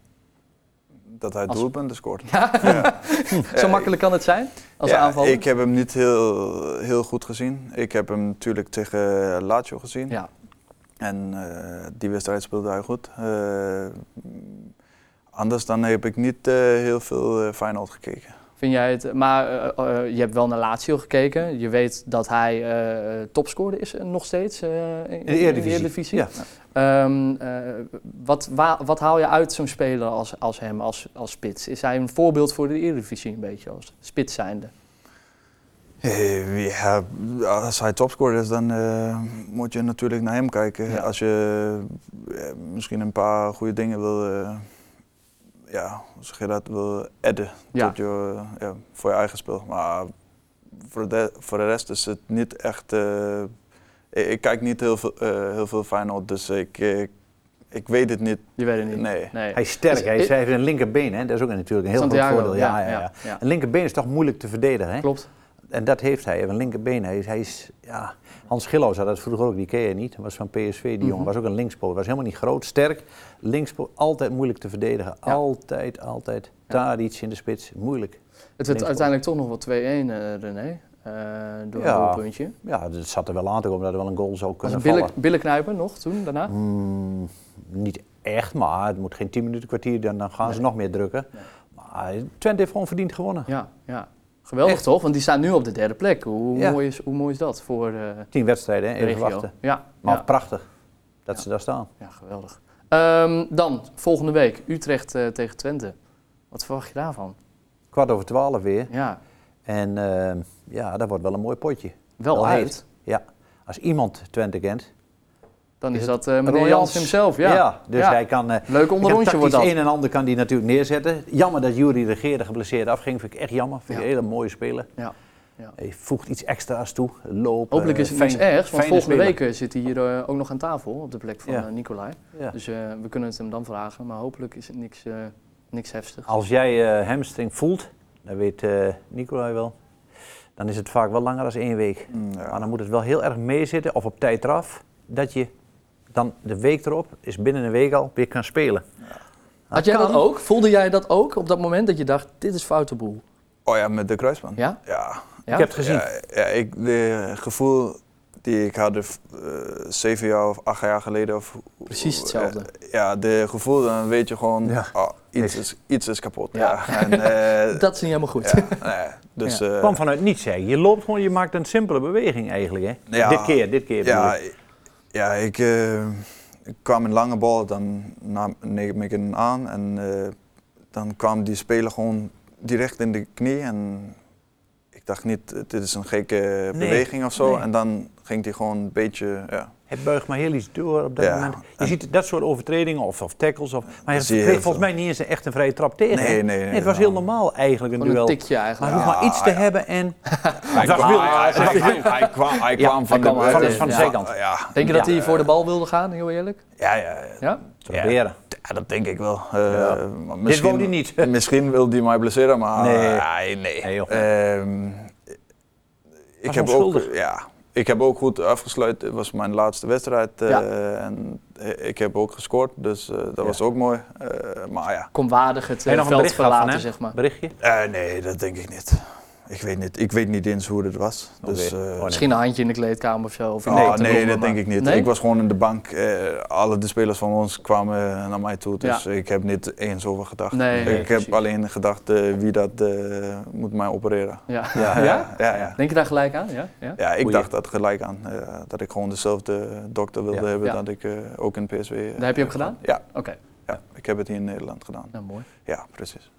Dat hij Als- doelpunten scoort. Ja. Ja, Zo makkelijk kan het zijn als ja, aanvaller? Ik heb hem niet heel, heel goed gezien. Ik heb hem natuurlijk tegen Lazio gezien. Ja. En eh, die wedstrijd speelde hij goed. Eh, anders dan heb ik niet eh, heel veel eh Feyenoord gekeken. Vind jij het, maar eh, eh, je hebt wel naar Lazio gekeken. Je weet dat hij eh topscorer is eh, nog steeds eh, in, de Eredivisie. Ja. Ehm, eh, wat, wa- wat haal je uit zo'n speler als, als hem, als, als spits? Is hij een voorbeeld voor de Eredivisie een beetje, als spits zijnde? Eh, Ja, als hij topscorer is, dan eh, moet je natuurlijk naar hem kijken. Ja. Als je eh, misschien een paar goede dingen wil, eh, ja, hoe zeg je dat, wil adden Ja. tot je, eh, ja, voor je eigen spel. Maar voor de, voor de rest is het niet echt... eh, ik, ik kijk niet heel veel, eh, heel veel Feyenoord, dus ik, ik, ik weet het niet. Je weet het niet. Nee. Nee. Hij is sterk, Dus hij, ik- is- hij heeft een linkerbeen, hè? dat is ook natuurlijk een heel Santiago, groot voordeel. Ja, ja, ja. ja. Een linkerbeen is toch moeilijk te verdedigen, hè? Klopt. En dat heeft hij, hij heeft een linkerbeen. Hij is, hij is ja, Hans Gilloos had dat vroeger ook, die ken je niet. was van PSV, die Mhm. jongen. Was ook een linkspoot, was helemaal niet groot, sterk. Linkspoot, altijd moeilijk te verdedigen. Ja. Altijd, altijd. Daar iets in de spits, moeilijk. Het werd Linksboven. uiteindelijk toch nog wel 2-1, eh, René. eh, door Ja. een doelpuntje. Ja, het zat er wel aan te komen dat er wel een goal zou Was kunnen een vallen. billen, billenknijper nog toen, daarna? Mm, niet echt, maar het moet geen 10 minuten kwartier, dan, dan gaan ze nog meer drukken. Maar Twente heeft gewoon verdiend gewonnen. Ja, ja. Geweldig Echt. toch? Want die staan nu op de derde plek. Hoe, Ja. mooi, is, hoe mooi is dat voor eh, de 10 wedstrijden, hè? even regio? wachten. Ja, Maar ja. prachtig dat Ja. ze daar staan. ja geweldig. Ehm, dan, volgende week, Utrecht eh, tegen Twente. Wat verwacht je daarvan? Kwart over twaalf weer. Ja, En eh, ja, dat wordt wel een mooi potje. wel Wel uit. heet. Ja, als iemand Twente kent. Dan Is is het dat eh meneer Roy Jans Jans? hemzelf. Ja. dus Ja. hij kan... eh Leuk kan onderrondje wordt tactisch dat. een en ander kan die natuurlijk neerzetten. Jammer dat Jury Regeerde geblesseerd afging. Vind ik echt jammer. Vind ik Ja. een hele mooie speler. Ja. Hij voegt iets extra's toe. Lopen. Hopelijk is het eh, niks fijn- ergs, want fijne volgende speler. week eh, zit hij hier eh, ook nog aan tafel op de plek van Ja. eh, Nicolai. Ja. Dus eh, we kunnen het hem dan vragen, maar hopelijk is het niks, eh, niks heftigs. Als jij eh hamstring voelt, dat weet eh Nicolai wel, dan is het vaak wel langer dan één week. Mm, ja. Maar dan moet het wel heel erg meezitten of op tijd eraf, dat je dan de week erop is binnen een week al weer kan spelen. Had jij dat Ah, kan. ook? Voelde jij dat ook op dat moment dat je dacht, dit is foute boel? Oh ja, met de kruisband. Ja? Ja, ja? Ik heb het gezien. Ja, ja ik, de gevoel die ik had eh, zeven jaar of acht jaar geleden. Of, Precies hetzelfde. eh, ja, de gevoel, dan weet je gewoon, Ja. oh, iets, Niks. is, iets is kapot. Ja. Ja. En, eh, Dat is niet helemaal goed. ja, nou ja, dus, eh, kwam vanuit niets, hè? Je loopt gewoon, je maakt een simpele beweging eigenlijk, hè? Ja. Dit keer, dit keer. bedoel Ja, ik. ik- ja ik, eh, ik kwam een lange bal, dan nam neem ik hem aan en eh, dan kwam die speler gewoon direct in de knie en ik dacht niet, eh, dit is een gekke beweging of zo nee. en dan ging die gewoon een beetje, ja. Het buigt maar heel iets door op dat Ja, moment. Je en- ziet dat soort overtredingen of, of tackles. Of, maar je Zie je kreeg heel volgens veel. mij niet eens echt een vrije trap tegen. Nee, hè? nee, nee, Het was heel nou. normaal eigenlijk een Gewoon een duel. tikje Maar eigenlijk. je hoeft maar Ja, iets te ja. hebben en... Hij was kwam- wild. hij- hij- hij kwam- Hij kwam van kwam de uit, Van de- eh, van de ja. zijkant. Ja, Denk je dat Ja. hij voor de bal wilde gaan, heel eerlijk? ja, ja, ja. Ja? Proberen. Ja, dat denk ik wel. Eh, Ja. maar Dit misschien- wou hij niet. Misschien wil die mij blesseren, maar Nee. nee. nee. Nee, joh. Ehm, ik, Was heb ook, onschuldig. ja, ik heb ook goed afgesluit. Het was mijn laatste wedstrijd. eh, Ja. En ik heb ook gescoord, dus eh, dat Ja. was ook mooi. Eh, maar ja, Kom waardig het eh, En nog een veld bericht gehad van verlaten, hem? zeg maar. Berichtje? eh, nee, dat denk ik niet. Ik weet niet, ik weet niet eens hoe het was. Oké. Dus, eh, Oh, nee. Misschien een handje in de kleedkamer of zo. Of in oh, de nee, kleedkamer, dat maar- denk ik niet. Nee? Ik was gewoon in de bank. eh, alle de spelers van ons kwamen eh, naar mij toe, dus Ja. ik heb niet eens over gedacht. Nee, ik precies. heb alleen gedacht eh, wie dat eh, moet mij opereren. Ja. Ja. Ja? ja, ja. Denk je daar gelijk aan? Ja? Ja? Ja, ik Goeie. dacht dat gelijk aan. eh, dat ik gewoon dezelfde dokter wilde Ja. hebben Ja. dat ik eh, ook in PSW. eh, Dat heb je ook gedaan? Ja. Oké, ja, ik heb het hier in Nederland gedaan. nou mooi. Ja, precies.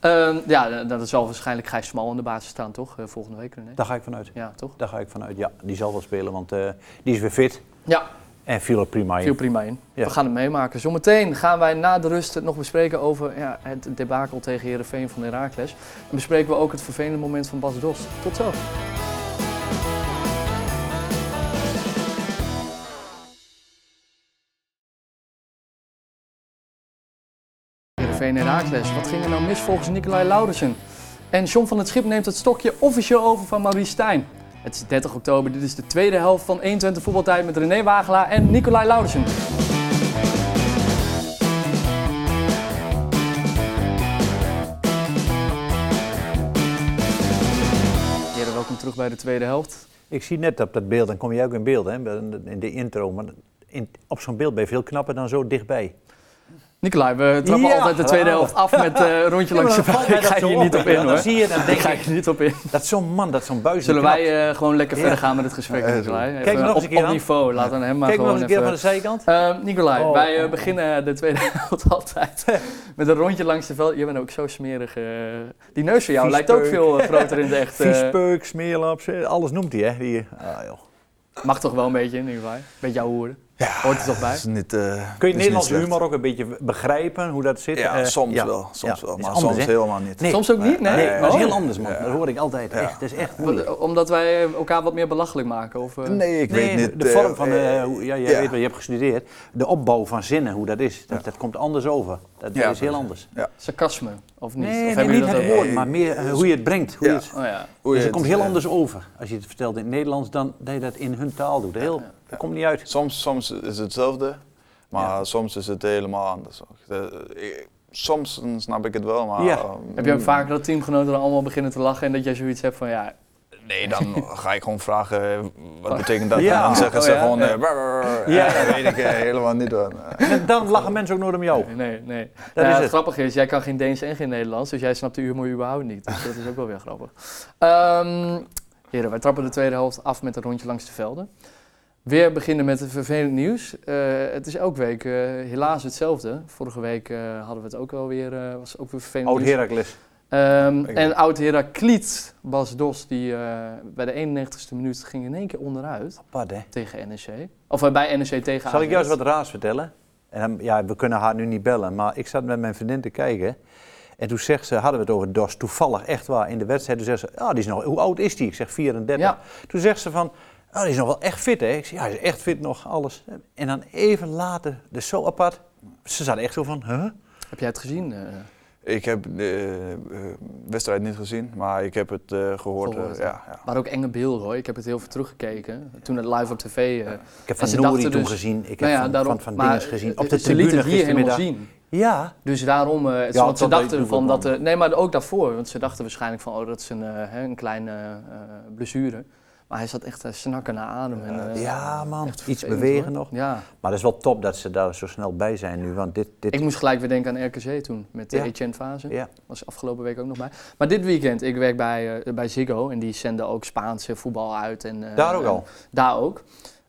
Ehm, ja, eh, dat zal waarschijnlijk Gijs Smal in de basis staan, toch? Eh, volgende week, nee? Daar ga ik vanuit. Ja, toch? Daar ga ik vanuit. Ja, die zal wel spelen, want eh, die is weer fit. Ja, En viel er prima viel in. prima in. Ja. We gaan het meemaken. Zometeen gaan wij na de rust het nog bespreken over ja, het debakel tegen Herenveen van Herakles. En bespreken we ook het vervelende moment van Bas Dost. Tot zo. Heerenveen Herakles. Wat ging er nou mis volgens Nicolai Laudersen? En John van het Schip neemt het stokje officieel over van Maurice Stijn. Het is 30 oktober, dit is de tweede helft van 21 voetbaltijd met René Wagelaar en Nicolai Laudersen. Heren, welkom terug bij de tweede helft. Ik zie net op dat beeld, dan kom je ook in beeld, hè, in de intro. Maar in, op zo'n beeld ben je veel knapper dan zo dichtbij. Nicolai, we trappen Ja, altijd de tweede geweldig. helft af met eh, een rondje Ja, maar langs de dan bal. valt mij Ik ga dat zo hier niet op, op hè. in Dan hoor. zie je, dan Ik denk ga ik- hier niet op in. Dat zo'n man, dat zo'n buis. Zullen knapt. wij eh, gewoon lekker Ja. verder gaan met het gesprek, Ja, Nicolai? Even Kijk nog eens op, een keer op aan. niveau, laat aan hem maar Kijk nog gewoon eens een keer even... van de zijkant. Eh, Nicolai, Oh. wij eh, beginnen de tweede helft altijd met een rondje langs de veld. Je bent ook zo smerig. eh. Die neus van jou lijkt ook Viespeuk. veel eh, groter in de echt. eh. Viespeuk, smeerlaps, eh, alles noemt hij, hè? Die, ah, joh. mag toch wel een beetje, Nicolai? Beetje jouw hoeren. Ja, Hoort er toch bij? is niet, eh, Kun je is Nederlandse niet slecht. humor ook een beetje begrijpen, hoe dat zit? Ja, Eh, soms ja. wel, soms Ja, wel, is maar anders, soms hè? helemaal niet. Nee. Soms ook niet, nee? Nee, dat is Oh. heel anders, man. Dat hoor ik altijd. Echt, dat is echt moeilijk. Om- Omdat wij elkaar wat meer belachelijk maken? Of, eh, Nee, ik Nee, weet niet. de eh, vorm van, eh, eh, hoe- ja, jij ja. weet wel, je hebt gestudeerd. De opbouw van zinnen, hoe dat is, dat, dat komt anders over. Dat Ja, is heel anders. Sarcasme, of niet? Nee, of nee, hebben niet jullie dat het ook? woord, maar meer eh, hoe je het brengt. Hoe je Ja. het, Oh ja. hoe dus je het komt het, heel eh, anders over als je het vertelt in het Nederlands dan dat je dat in hun taal doet. Heel, Dat komt niet uit. Soms, soms is het hetzelfde, maar soms is het helemaal anders. ook. Eh, ik- soms dan snap ik het wel, maar... Ja. eh, Heb je ook vaak dat teamgenoten dan allemaal beginnen te lachen en dat jij zoiets hebt van ja, Nee, dan ga ik gewoon vragen eh, wat betekent dat. Oh. Ja. En dan zeggen Oh, ze ja? gewoon, Ja. eh, brr, brr, brr. Ja. ja, dat weet ik eh, helemaal niet. hoor. Eh, En dan lachen mensen ook nooit om jou. nee, nee. nee. Dat is het. het grappige is, jij kan geen Deens en geen Nederlands, dus jij snapt de humor überhaupt niet. Dus dat is ook wel weer grappig. Ehm heren, wij trappen de tweede helft af met een rondje langs de velden. Weer beginnen met het vervelend nieuws. Eh, het is elke week eh, helaas hetzelfde. Vorige week eh, hadden we het ook wel weer, eh, was ook weer vervelend Oud nieuws. Heracles. Ehm, Ik- en oud Herakliet Bas Dos, die eh, bij de 91ste minuut ging in één keer onderuit Apart, hè? tegen NEC. Of eh, bij NEC tegen Zal ik juist AZ. wat raars vertellen? En dan- ja, we kunnen haar nu niet bellen, maar ik zat met mijn vriendin te kijken. En toen zegt ze, hadden we het over DOS, toevallig, echt waar, in de wedstrijd. Toen zegt ze, ah, die is nog, hoe oud is die? Ik zeg 34. Ja. Toen zegt ze van, ah, die is nog wel echt fit, hè? Ik zeg, ja, hij is echt fit nog, alles. En dan even later, dus zo apart. Ze zat echt zo van, huh? Heb jij het gezien? eh? ik heb de eh, wedstrijd niet gezien, maar ik heb het eh, gehoord. eh, Gehoord, ja, ja. Maar ook enge beelden hoor. Ik heb het heel veel teruggekeken. Toen het live op tv. eh Ik heb En Van ze Nouri dachten toen dus- gezien, ik heb nou ja, van, daarom, van, van maar Dinges gezien. Op de ze lieten tribune het hier helemaal gistermiddag. zien. Ja, Dus daarom, eh, het, Ja, want ze tot dat dachten doel van dat, dan. eh, nee maar ook daarvoor, want ze dachten waarschijnlijk van oh dat is een, eh, hè, een kleine eh, eh, blessure. Maar hij zat echt te snakken naar adem. En, eh, ja, man. echt Iets vervelend, bewegen hoor. nog. Ja. Maar dat is wel top dat ze daar zo snel bij zijn nu. Want dit, dit Ik moest gelijk weer denken aan RKC toen, met de Ja. Etienne Fase. ja. was afgelopen week ook nog bij. Maar dit weekend, ik werk bij, eh, bij Ziggo en die zenden ook Spaanse voetbal uit. En, eh, daar ook en al. Daar ook.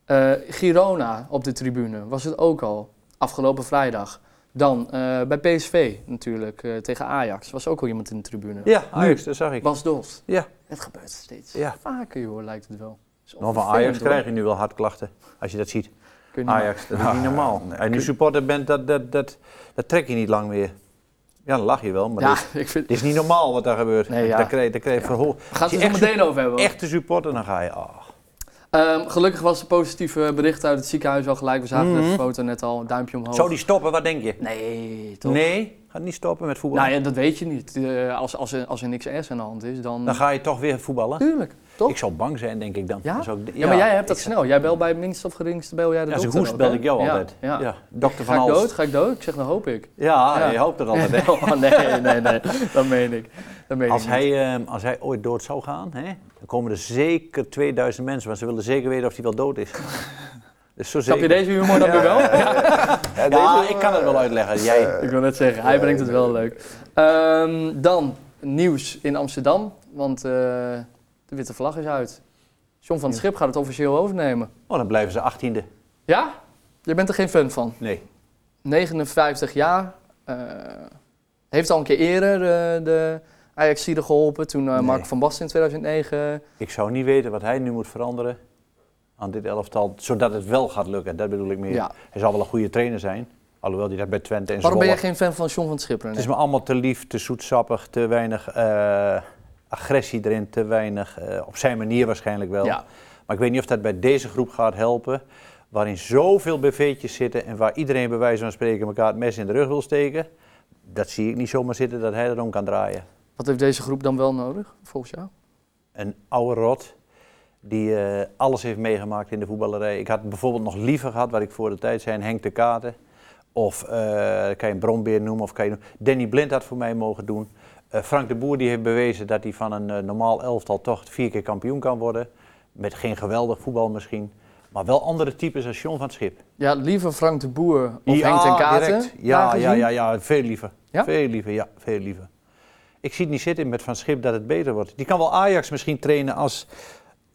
Eh, Girona op de tribune was het ook al, afgelopen vrijdag. Dan eh, bij PSV natuurlijk, eh, tegen Ajax, was ook al iemand in de tribune. Ja, Ajax, dat zag ik. Bas Dost. Ja. Het gebeurt steeds Ja. vaker, joh, lijkt het wel. Is Nou, van vervelend, Ajax hoor. krijg je nu wel hartklachten, als je dat ziet. Kun je niet maken. Ajax, dat is niet normaal. Als je nu supporter bent, dat, dat, dat, dat trek je niet lang meer. Ja, dan lach je wel, maar dit, Ja, ik vind... dit is niet normaal wat daar gebeurt. Nee, ja. Daar krijg, daar krijg je verhoor. We gaan Als je het er zo echt meteen over hebben. hoor. Echte supporter, dan ga je... ah. Ehm, gelukkig was het positieve bericht uit het ziekenhuis al gelijk. We zagen Mhm. de foto net al, duimpje omhoog. Zou die stoppen, wat denk je? Nee, Oh. toch? Nee, gaat niet stoppen met voetbal. Nou ja, dat weet je niet. Eh, als, als, er, als er niks ergs aan de hand is, dan... Dan ga je toch weer voetballen. Tuurlijk, toch? Ik zou bang zijn, denk ik dan. Oh. Ja? Dan zou ik- ja, maar jij hebt dat ik- snel. Jij bel bij het minst of geringste bel jij de Ja, als ik dokter hoest ook, bel hè? ik jou Ja, altijd. Ja. Ja, dokter Ga van ik dood? Alst. Ga ik dood? Ik zeg, dan hoop ik. Ja, Ja. je hoopt het altijd, hè? Oh, nee, nee, nee. Dat meen ik. Dat meen Als ik niet. hij, ehm, als hij ooit dood zou gaan, hè, dan komen er zeker 2000 mensen, want ze willen zeker weten of hij wel dood is. Dus zo Snap zeker. je deze humor dan weer wel? Ja, Ja, eh, deze- ik kan het wel uitleggen. Jij, Ik wil net zeggen, hij brengt het wel leuk. Ehm, dan nieuws in Amsterdam, want eh, de witte vlag is uit. John van het Schip gaat het officieel overnemen. oh, dan blijven ze 18e. Ja? Je bent er geen fan van. Nee. 59 jaar. eh, heeft al een keer eerder eh, de ajax geholpen. Toen eh, Nee. Mark van Basten in 2009. Ik zou niet weten wat hij nu moet veranderen aan dit elftal, zodat het wel gaat lukken. Dat bedoel ik meer. Ja. Hij zal wel een goede trainer zijn, alhoewel hij dat bij Twente en Waarom ben Zwolle... jij geen fan van John van het Schip? René? Het is me allemaal te lief, te zoetsappig, te weinig eh, agressie erin, te weinig, eh, op zijn manier waarschijnlijk wel. Ja. Maar ik weet niet of dat bij deze groep gaat helpen, waarin zoveel bv'tjes zitten en waar iedereen bij wijze van spreken elkaar het mes in de rug wil steken. Dat zie ik niet zomaar zitten dat hij erom kan draaien. Wat heeft deze groep dan wel nodig, volgens jou? Een oude rot die eh, alles heeft meegemaakt in de voetballerij. Ik had bijvoorbeeld nog liever gehad, wat ik voor de tijd zei, een Henk de Katen. Of eh, kan je een Brombeer noemen, of kan je Danny Blind had voor mij mogen doen. Eh, Frank de Boer die heeft bewezen dat hij van een eh, normaal elftal toch vier keer kampioen kan worden. Met geen geweldig voetbal misschien, maar wel andere types als John van het Schip. Ja, liever Frank de Boer of Henk ten Katen. direct. Ja, ja, aangezien. ja, ja, veel liever. Ja? Veel liever, ja, veel liever. Ik zie het niet zitten met Van Schip dat het beter wordt. Die kan wel Ajax misschien trainen als,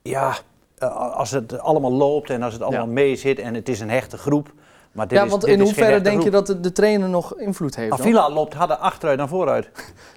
ja, eh, als het allemaal loopt en als het allemaal mee zit en het is een hechte groep. Maar dit Ja, is- want dit in is geen hoeverre hechte denk je groep. dat de, de trainer nog invloed heeft? dan? Avila loopt harder achteruit dan vooruit.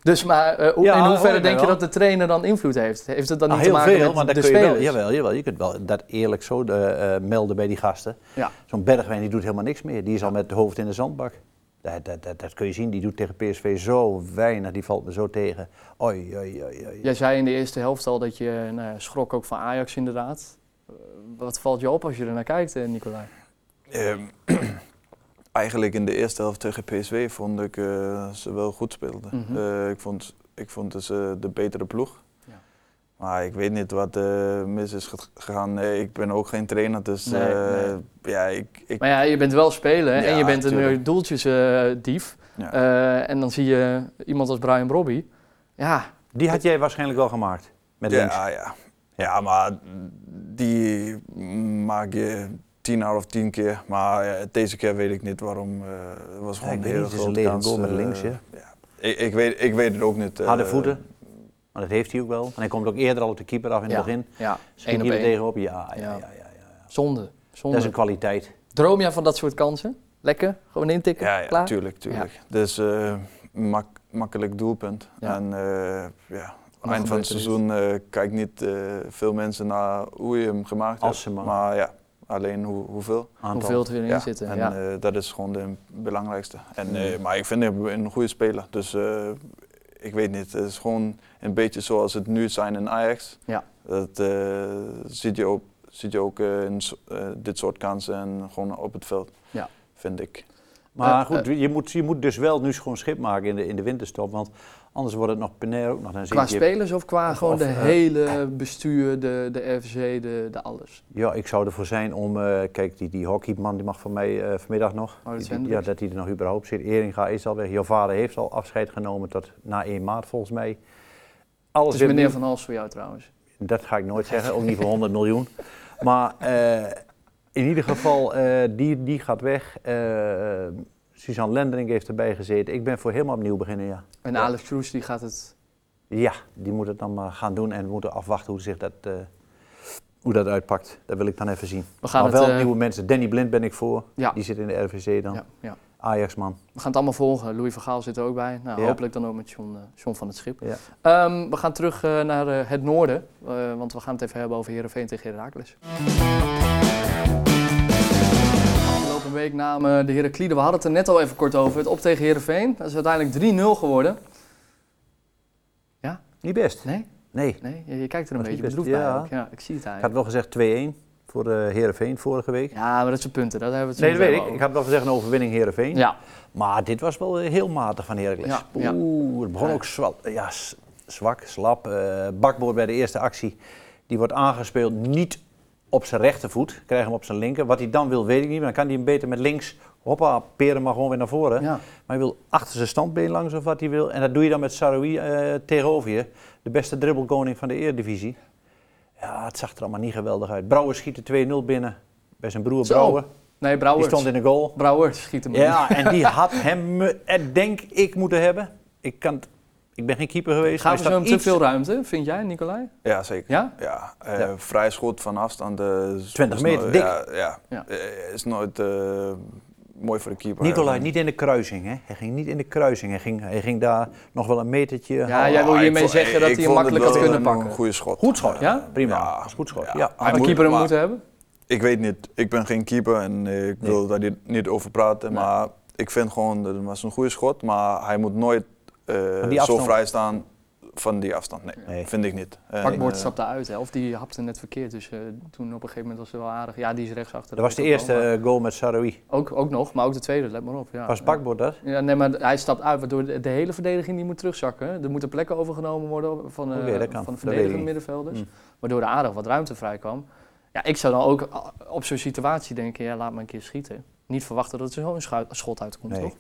Dus maar eh, hoe- Ja, in hoor je hoeverre mij denk je wel. dat de trainer dan invloed heeft? Heeft het dan Ah, niet te maken met want de dan kun je wel, spelers? jawel, jawel, je kunt wel dat eerlijk zo eh, eh, melden bij die gasten. Ja. Zo'n Bergwijn die doet helemaal niks meer. Die is al met het hoofd in de zandbak. Dat, dat, dat, dat kun je zien. Die doet tegen PSV zo weinig. Die valt me zo tegen. Oei, oei, oei, oei. Jij zei in de eerste helft al dat je nou, ja, schrok ook van Ajax inderdaad. Eh, Wat valt je op als je er naar kijkt, eh, Nicolai? Ehm, eigenlijk in de eerste helft tegen PSV vond ik eh, ze wel goed speelden. Mhm. Eh, ik vond, ik vond dus, eh, de betere ploeg. Ja. Maar ik weet niet wat eh, mis is ge- gegaan. Nee, ik ben ook geen trainer, dus Nee, eh, nee. ja, ik, ik, Maar ja, je bent wel speler hè, en Ja, je bent een tuurlijk. eh, doeltjesdief. Ja. Eh, en dan zie je iemand als Brian Brobby. Ja, Die had jij waarschijnlijk wel gemaakt. Met ja, ah, links. ja. ja, maar die maak je tien out of tien keer. Maar eh, deze keer weet ik niet waarom. eh, het was gewoon ik een weet niet, hele het is een grote leren kans, goal met eh, links, hè? ja. Ik, ik, weet, ik weet het ook niet. eh, Harde voeten. Maar dat heeft hij ook wel. En hij komt ook eerder al op de keeper af in Ja. het begin. ja Schiet één op hier één. tegenop. Ja, Ja. ja, ja. ja, ja, ja. Zonde. Dat is een Zonde. kwaliteit. Droom jij van dat soort kansen? Lekker, gewoon intikken, Ja, ja klaar? tuurlijk, tuurlijk. Dus eh, mak- makkelijk doelpunt. Ja. En eh ja, eind gebeurt van er het seizoen eh kijkt niet eh, veel mensen naar hoe je hem gemaakt Als hebt. ze maar. ja, alleen hoe, hoeveel. Aantal. Hoeveel het erin ja. zitten. En ja. eh, dat is gewoon de belangrijkste. En, eh, maar ik vind hem een goede speler. Dus eh, ik weet niet, het is gewoon een beetje zoals het nu zijn in Ajax. Ja. Dat eh ziet je ook, ziet je ook eh, in zo- eh, dit soort kansen en gewoon op het veld, Ja. vind ik. Maar Eh, goed, je moet, je moet dus wel nu gewoon schip maken in de, in de winterstop. Want anders wordt het nog Penair ook nog. Dan zie Qua ik je- spelers of qua Of- gewoon of, de eh, hele bestuur, de, de RVC, de, de alles? Ja, ik zou ervoor zijn om, eh, kijk, die, die hockeyman die mag van mij eh, vanmiddag nog. Oh, dat is Die- die- ja, Hendricks. dat hij er nog überhaupt zit. Eringa is al weg. Jouw vader heeft al afscheid genomen tot na 1 maart volgens mij. Alles Het is weer meneer opnieuw- Van Hals voor jou trouwens. dat ga ik nooit zeggen, ook niet voor 100 miljoen. Maar eh, in ieder geval, eh, die, die gaat weg. Eh, Suzanne Lendering heeft erbij gezeten. Ik ben voor helemaal opnieuw beginnen, ja. En Alex Cruz die gaat het. Ja, die moet het dan maar gaan doen en we moeten afwachten hoe zich dat, eh, hoe dat uitpakt. Dat wil ik dan even zien. We gaan maar het, wel eh, nieuwe mensen. Danny Blind ben ik voor. Ja. Die zit in de RVC dan. Ja, ja. Ajaxman. We gaan het allemaal volgen. Louis van Gaal zit er ook bij. Nou, Ja. Hopelijk dan ook met John, eh, John van het Schip. Ja. Ehm, we gaan terug eh, naar eh, het noorden. eh, want we gaan het even hebben over Herenveen tegen Herakles. Afgelopen week namen de Herakliden, we hadden het er net al even kort over, het op tegen Herenveen. Dat is uiteindelijk 3-0 geworden. Niet best. Nee, Nee. nee je, je kijkt er een Was beetje niet best- bedroefd bij. ja. ook. Ja, ik zie het Ik had eigenlijk. wel gezegd 2-1 voor de Herenveen vorige week. Ja, maar dat zijn punten. Dat hebben we het Nee, zo dat weet meteen ik. Ik wel had wel gezegd een overwinning Herenveen. over. Ja, Maar dit was wel eh, heel matig van Heracles. Ja, ja. Oeh, het begon Ja. ook zwa- ja, s- zwak, slap. Eh bakboord bij de eerste actie. Die wordt aangespeeld niet op zijn rechtervoet. Krijgt hem op zijn linker. Wat hij dan wil, weet ik niet. Maar dan kan hij hem beter met links. Hoppa, peren maar gewoon weer naar voren. ja. Maar hij wil achter zijn standbeen langs of wat hij wil. En dat doe je dan met Saroui eh, tegenover je. De beste dribbelkoning van de Eredivisie. Ja, het zag er allemaal niet geweldig uit. Brouwer schiet de 2-0 binnen. Bij zijn broer Zo, Brouwer. Nee, Die Brouwers. stond in de goal. Brouwers schiet hem in. Ja, en die had hem, eh, denk ik, moeten hebben. Ik, kan, het- ik ben geen keeper geweest. Gaven maar ze is dat hem te iets- veel ruimte, vind jij, Nicolai? Ja, zeker. Ja? Ja, eh, Ja. vrij schot van afstand. eh, is- 20 is meter, nooit- dik. Ja, ja. Ja. Eh, is nooit eh, mooi voor de keeper. Nicolai, niet in de kruising, hè? Hij ging niet in de kruising. Hij ging, hij ging daar nog wel een metertje. Ja, jij wil Ah, ik hiermee vond- zeggen ik- dat ik hij hem vond makkelijk had het wel kunnen een pakken. goede schot. Goed schot, Ja? Prima. Ja. Is goed schot. Ja. Ja. Hij Had een moet- keeper hem maar- moeten hebben? Ik weet niet, ik ben geen keeper en eh, ik wil daar niet, niet over praten. Nee. Maar ik vind gewoon, dat het was een goede schot. Maar hij moet nooit eh, die zo afstand. vrij staan van die afstand. Nee, Nee. vind ik niet. En, Bakboord eh, stapte uit, hè? of die hapte net verkeerd. Dus eh, toen op een gegeven moment was het wel aardig. Ja, die is rechtsachter. Dat was de weet ik ook eerste wel, eh, goal met Saroui. maar Ook, ook nog, maar ook de tweede, let maar op. Ja. Was Bakboord dat? Ja, nee, maar hij stapt uit, waardoor de, de hele verdediging die moet terugzakken. hè. Er moeten plekken overgenomen worden van, eh, Oké, dat kan. van de Dat verdedigende weet middenvelders. Mm. Waardoor er aardig wat ruimte vrij kwam. Ja, ik zou dan ook ah, op zo'n situatie denken, ja, laat me een keer schieten. Niet verwachten dat er zo'n schu- schot uitkomt, Nee. toch?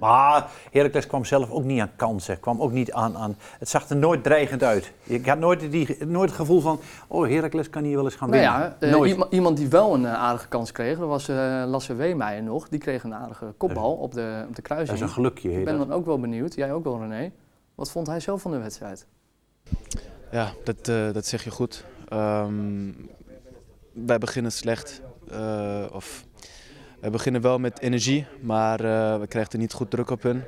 Maar Heracles kwam zelf ook niet aan kansen. Kwam ook niet aan, aan. Het zag er nooit dreigend uit. Ik had nooit, die, nooit het gevoel van. Oh, Heracles kan hier wel eens gaan Nou winnen. ja, eh, nooit. iema- iemand die wel een eh, aardige kans kreeg, dat was eh Lasse Weemeijer nog. Die kreeg een aardige kopbal op de, op de Dat kruising. is een gelukje. Ik heet ben dat. dan ook wel benieuwd, jij ook wel René. Wat vond hij zelf van de wedstrijd? Ja, dat, eh, dat zeg je goed. Ehm, wij beginnen slecht. eh, of, we beginnen wel met energie, maar eh, we krijgen er niet goed druk op hun.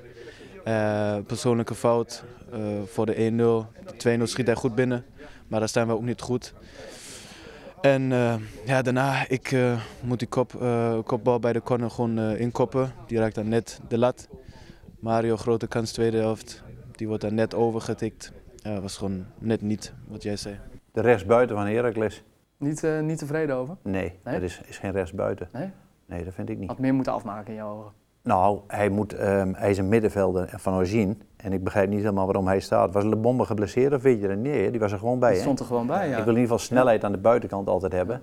Eh, persoonlijke fout eh, voor de 1-0. De 2-0 schiet hij goed binnen, maar daar zijn we ook niet goed. En eh, ja, daarna ik, eh, moet die kop, eh, kopbal bij de corner gewoon eh, inkoppen. Die raakt dan net de lat. Mario, grote kans, tweede helft. Die wordt dan net overgetikt. Ja, was gewoon net niet wat jij zei. De rechtsbuiten van Heracles. Niet, eh, niet tevreden over? Nee, Nee? Oh. dat is, is geen rechtsbuiten. Nee? Nee, dat vind ik niet. Had meer moeten afmaken in jouw ogen. Nou, hij, moet, ehm, hij is een middenvelder van origine. En ik begrijp niet helemaal waarom hij staat. Was Le Bombe geblesseerd of weet je dat? Nee, hè? die was er gewoon bij. Die hè? stond er gewoon bij, ja. Ik wil in ieder geval snelheid aan de buitenkant altijd hebben.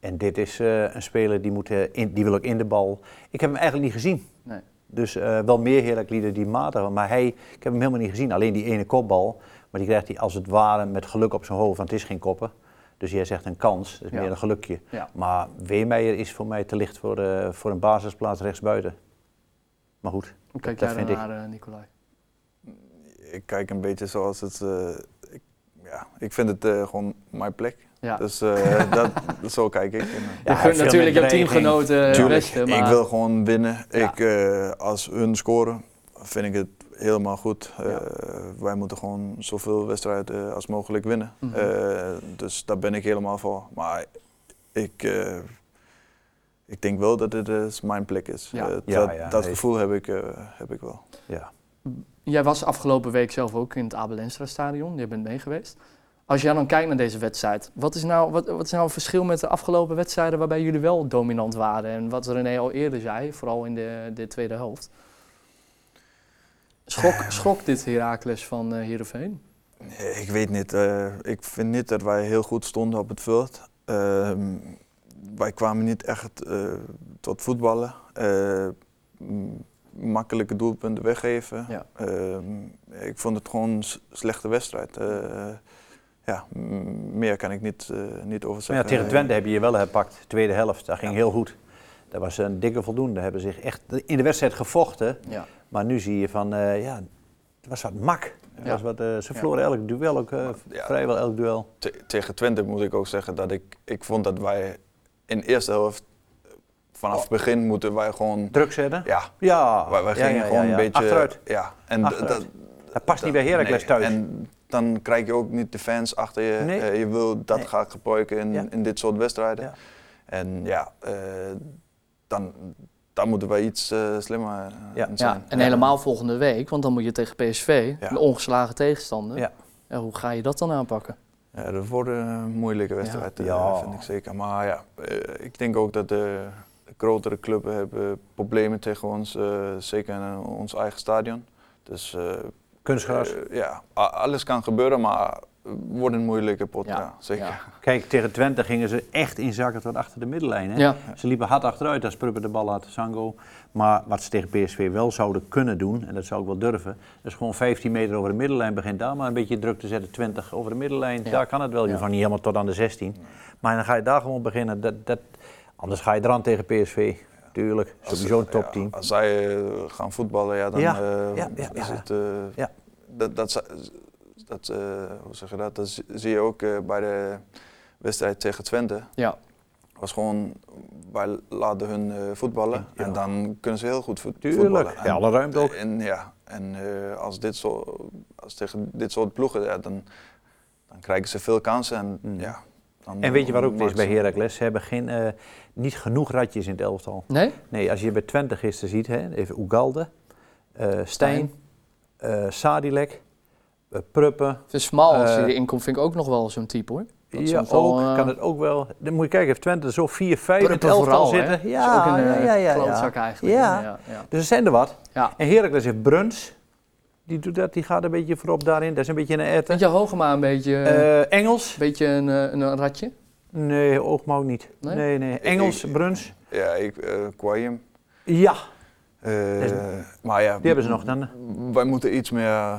En dit is eh, een speler die, moet, eh, in, die wil ook in de bal. Ik heb hem eigenlijk niet gezien. Nee. Dus eh, wel meer Herakliden die matig Maar hij, ik heb hem helemaal niet gezien. Alleen die ene kopbal. Maar die krijgt hij als het ware met geluk op zijn hoofd. Want het is geen koppen. Dus jij zegt een kans. Dat is Ja. meer een gelukje. Ja. Maar Weermeijer is voor mij te licht voor, eh, voor een basisplaats rechtsbuiten. Maar goed. Hoe kijk dat jij vind ik. daarnaar, eh, Nicolai? Ik kijk een beetje zoals het... eh, ik, ja, ik vind het eh, gewoon mijn plek. Ja. Dus eh, dat, zo kijk ik. En, eh, je veel gunt natuurlijk met jouw dreiging. teamgenoten het Tuurlijk, beste, maar ik wil gewoon winnen. Ja. Ik, eh, als hun scoren, vind ik het helemaal goed. Ja. Eh, wij moeten gewoon zoveel wedstrijden eh, als mogelijk winnen. Mhm. Eh, dus daar ben ik helemaal voor. Maar ik, eh, ik denk wel dat dit eh, mijn plek is. Ja. Eh, Ja, dat ja, dat nee. gevoel heb ik, eh, heb ik wel. Ja. jij was afgelopen week zelf ook in het Abel Enstra Stadion. Je bent mee geweest. Als jij dan kijkt naar deze wedstrijd, wat is, nou, wat, wat is nou het verschil met de afgelopen wedstrijden waarbij jullie wel dominant waren? En wat René al eerder zei, vooral in de, de tweede helft. Schok, schok dit Herakles van eh Heerenveen? Nee, Ik weet niet. eh, ik vind niet dat wij heel goed stonden op het veld. Ehm, wij kwamen niet echt eh, tot voetballen. Eh, m- makkelijke doelpunten weggeven. Ja. Ehm, ik vond het gewoon een s- slechte wedstrijd. Eh, ja, m- meer kan ik niet, eh, niet over Maar ja, zeggen. tegen Twente heb je je wel gepakt, tweede helft. Dat ging heel goed. Dat was een dikke voldoende. Hebben zich echt in de wedstrijd gevochten. Ja. Maar nu zie je van, eh, ja, het was wat mak. Het Ja. was wat, eh, ze Ja. verloren elk duel, ook, eh, Ja. vrijwel elk duel. Te- tegen Twente moet ik ook zeggen dat ik, ik vond dat wij in de eerste helft eh, vanaf het begin moeten wij gewoon, Druk zetten? ja, Ja, wij, wij Ja, gingen ja, gewoon ja, ja. een beetje Achteruit. Ja, en d- Achteruit. dat, Dat past niet bij Heracles nee, thuis. En dan krijg je ook niet de fans achter je. Nee. Eh, je wil dat Nee. gaan gebruiken in, Ja. in dit soort wedstrijden. Ja. En ja, eh, dan, dan moeten wij iets eh, slimmer eh, Ja. in zijn. Ja, en helemaal volgende week, want dan moet je tegen PSV, Ja. een ongeslagen tegenstander. Ja. Ja. hoe ga je dat dan aanpakken? Ja, dat wordt een moeilijke wedstrijd, eh, Ja. vind ik zeker. Maar ja, eh, ik denk ook dat de grotere club hebben problemen tegen ons, eh, zeker in ons eigen stadion. Dus eh, Kunstgras. eh, ja, a- alles kan gebeuren, maar het wordt een moeilijke pot, Ja. ja, zeker. Ja. Kijk, tegen Twente gingen ze echt inzakken tot achter de middenlijn. Hè? Ja. Ze liepen hard achteruit als Prupper de bal had, Sango. Maar wat ze tegen PSV wel zouden kunnen doen, en dat zou ik wel durven, is gewoon 15 meter over de middenlijn. Begin daar maar een beetje druk te zetten, 20 over de middenlijn. Ja. Daar kan het wel, je Ja. van niet helemaal tot aan de 16. Maar dan ga je daar gewoon beginnen. Dat, dat, anders ga je eraan tegen PSV. Tuurlijk, Als- sowieso een ja, topteam. als zij eh, gaan voetballen, ja, dan Ja, eh, ja, ja, is ja. het... eh, Ja. Dat, dat, ze- dat, eh, hoe zeg je dat? dat zie- zie je ook eh, bij de wedstrijd tegen Twente. Ja. was gewoon, wij laten hun eh, voetballen Ja. en dan kunnen ze heel goed voet- Tuurlijk, voetballen. En, ja, alle ruimte ook. en ja, en eh, als, dit zo, als tegen dit soort ploegen, ja, dan, dan krijgen ze veel kansen. En, Mm. ja, dan En weet je wat ook is bij Heer? Heracles? Ze hebben geen, eh, niet genoeg ratjes in het elftal. Nee? Nee, als je bij Twente gisteren ziet, hè, even Ugalde, eh, Stijn, eh Sadilek, eh, Pruppen. Smal, als Eh, je erin komt, vind ik ook nog wel zo'n type hoor. Dat is Ja, soms wel, ook, eh, kan het ook wel. Dan moet je kijken, heeft Twente er zo vier, vijf in het Purper elftal vooral, hè? zitten. Dat is ook een eh, ja, ja, ja. klootzak eigenlijk. Ja. Ja, ja. Dus er zijn er wat. Ja. En Heracles heeft Bruns, die doet dat, die gaat een beetje voorop daarin. Dat is een beetje een etter. Vind je Hogema een beetje, Eh, Engels? een, beetje een, eh, een ratje? Nee, Oogma ook niet. Nee, Nee? nee. Engels, ik- Bruns. Ja, ik, eh Kwajum. Ja, Eh, Dat maar ja, die hebben ze nog dan. wij moeten iets meer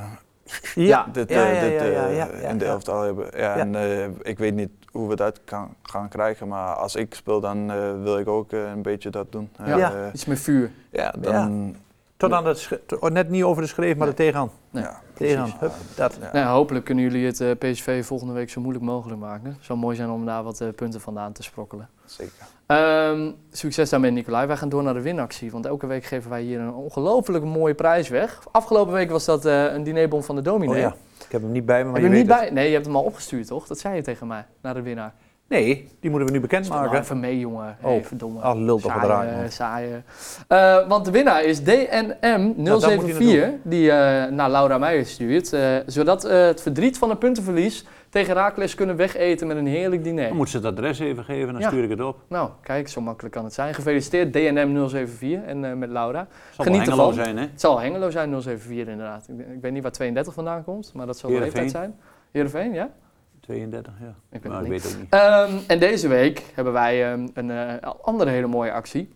Ja, dit, ja, eh, ja, dit ja, ja, eh, ja, ja, in de ja. elftal hebben. Ja, Ja. En eh, ik weet niet hoe we het uit kan, gaan krijgen, maar als ik speel, dan eh, wil ik ook eh, een beetje dat doen. Ja. Ja. Eh, Iets meer vuur. ja, dan. Tot aan dat, sch- to- net niet over de schreef, maar er tegenaan. Nee. Ja, Tegenaan, precies. hup, dat. Ja. Nou, hopelijk kunnen jullie het eh, PSV volgende week zo moeilijk mogelijk maken. Het zou mooi zijn om daar wat eh, punten vandaan te sprokkelen. Zeker. Ehm, succes daarmee, Nicolai. Wij gaan door naar de winactie. Want elke week geven wij hier een ongelooflijk mooie prijs weg. Afgelopen week was dat eh, een dinerbon van de dominee. Oh ja, ik heb hem niet bij me, maar Heb je je weet niet het. bij? Nee, je hebt hem al opgestuurd, toch? Dat zei je tegen mij, naar de winnaar. Nee, die moeten Nou, we nu bekendmaken. even mee, jongen. Oh. Oh, hey, verdomme. Ah, lul toch wat raar, saaie, man. saaie. Eh, Want de winnaar is DNM074, die eh, naar Laura Meijer stuurt. eh, zodat eh, het verdriet van een puntenverlies tegen Raakles kunnen wegeten met een heerlijk diner. Dan moet ze het adres even geven, dan Ja. stuur ik het op. Nou, kijk, zo makkelijk kan het zijn. Gefeliciteerd DNM074 en eh, met Laura. Zal Geniet wel Hengelo ervan. zijn, hè? Het zal Hengelo zijn, 074 inderdaad. Ik, ik weet niet waar 32 vandaan komt, maar dat zal de Heerenveen. leeftijd zijn. Heerenveen, ja? 32, ja. Ik weet Maar het ik niet. weet het ook niet. Ehm, en deze week hebben wij ehm, een eh, andere hele mooie actie.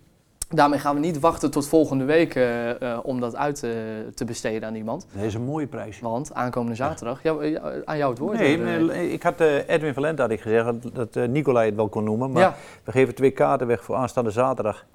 Daarmee gaan we niet wachten tot volgende week eh, eh, om dat uit eh, te besteden aan iemand. Dat is een mooie prijs. Want aankomende zaterdag, jou- eh, jou- aan jou het woord. Nee, eh, maar ik had eh, Edwin van Lent had ik gezegd dat- dat eh, Nicolai het wel kon noemen, maar ja, Oh. we geven twee kaarten weg voor aanstaande zaterdag.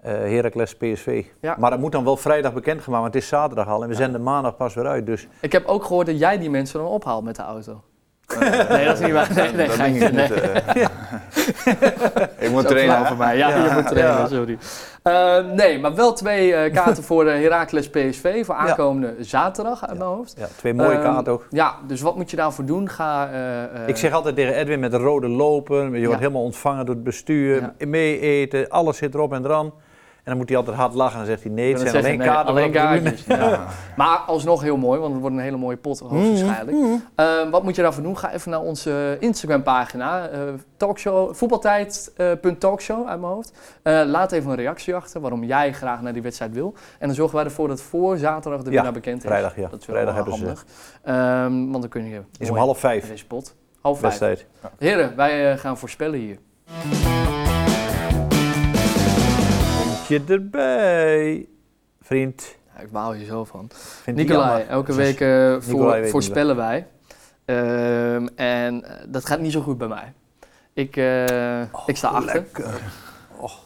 Eh Heracles PSV. Ja. Maar dat moet dan wel vrijdag bekendgemaakt, want het is zaterdag al en we zenden maandag pas weer uit. Dus ik heb ook gehoord dat jij die mensen dan ophaalt met de auto. nee, dat is niet waar. Nee, nee, dat geintje, denk ik nee. niet. eh. ik moet Zo flauw trainen. van mij. Ja, je moet trainen, sorry. Eh, nee, maar wel twee eh, kaarten voor eh, Heracles PSV voor Ja. aankomende zaterdag uit Ja. mijn hoofd. ja, twee mooie Ehm, kaarten ook. Ja, dus wat moet je daarvoor doen? Ga. eh, eh, Ik zeg altijd tegen Edwin met de rode lopen, je wordt Ja. helemaal ontvangen door het bestuur, mee eten, alles zit erop en eraan. En dan moet hij altijd hard lachen en dan zegt hij nee, Ik het wil zijn net alleen zeggen, kaarten. nee, voor op de alleen tribune. kaartjes. Ja. Maar alsnog heel mooi, want het wordt een hele mooie pot Mhm, hoogstwaarschijnlijk. Eh, wat moet je daarvoor doen? Ga even naar onze Instagram-pagina, eh, talkshow, voetbaltijd.talkshow uit mijn hoofd. Eh, laat even een reactie achter waarom jij graag naar die wedstrijd wil. En dan zorgen wij ervoor dat voor zaterdag de Ja, winnaar bekend is. Vrijdag, ja. Dat is wel Vrijdag eh, hebben ze. handig. Ehm, want dan kun je Is om mooi half naar vijf, deze pot. Half vijf. wedstrijd. Heren, wij eh, gaan voorspellen hier. Eentje erbij, vriend. Ja, ik baal hier zo van. Vind ik Nicolai, jammer. elke Het is- week eh, voor, Nicolai weet voorspellen wij. Ehm, en eh, dat gaat niet zo goed bij mij. Ik, eh, ik sta achter.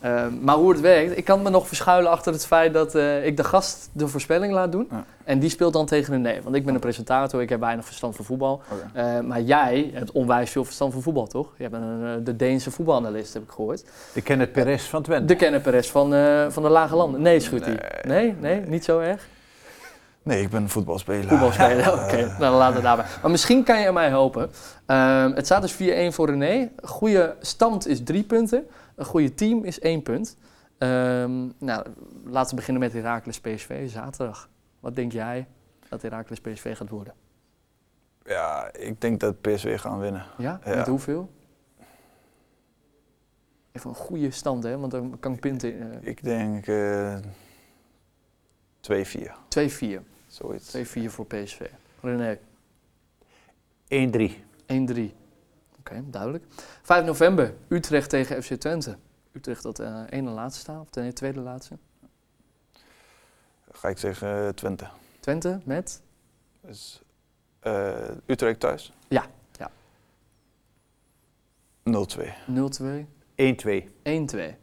Eh, maar hoe het werkt, ik kan me nog verschuilen achter het feit dat eh, ik de gast de voorspelling laat doen. Ja. En die speelt dan tegen een nee. Want ik ben een presentator, ik heb weinig verstand van voetbal. Oké. Eh, maar jij hebt onwijs veel verstand van voetbal, toch? Jij bent een, eh, de Deense voetbalanalist, heb ik gehoord. Ik ken het Perez van Twente. De kenneperes van, eh, van de Lage Landen. Nee, schudt hij. Nee, Nee, nee, niet zo erg. Nee, ik ben een voetbalspeler. Eh, Voetbalspeler, oké. Nou, dan laten we daarbij. Maar misschien kan je mij helpen. Ehm, het staat dus 4-1 voor René. Goede stand is drie punten. Een goede team is één punt. Ehm, nou, laten we beginnen met Heracles PSV zaterdag. Wat denk jij dat Heracles PSV gaat worden? Ja, ik denk dat PSV gaan winnen. Ja? Ja. Met hoeveel? Even een goede stand, hè? Want dan kan ik punten... eh, Ik denk eh 2-4, 2-4. zoiets. 2-4 voor PSV. René. 1-3. 1-3. Oké, duidelijk. 5 november, Utrecht tegen FC Twente. Utrecht dat eh ene laatste staat, of de tweede laatste. Ga ik zeggen eh, Twente. Twente met? Dus, eh, Utrecht thuis? Ja, ja. 0-2. 0-2, Eh, 1-2. 1-2.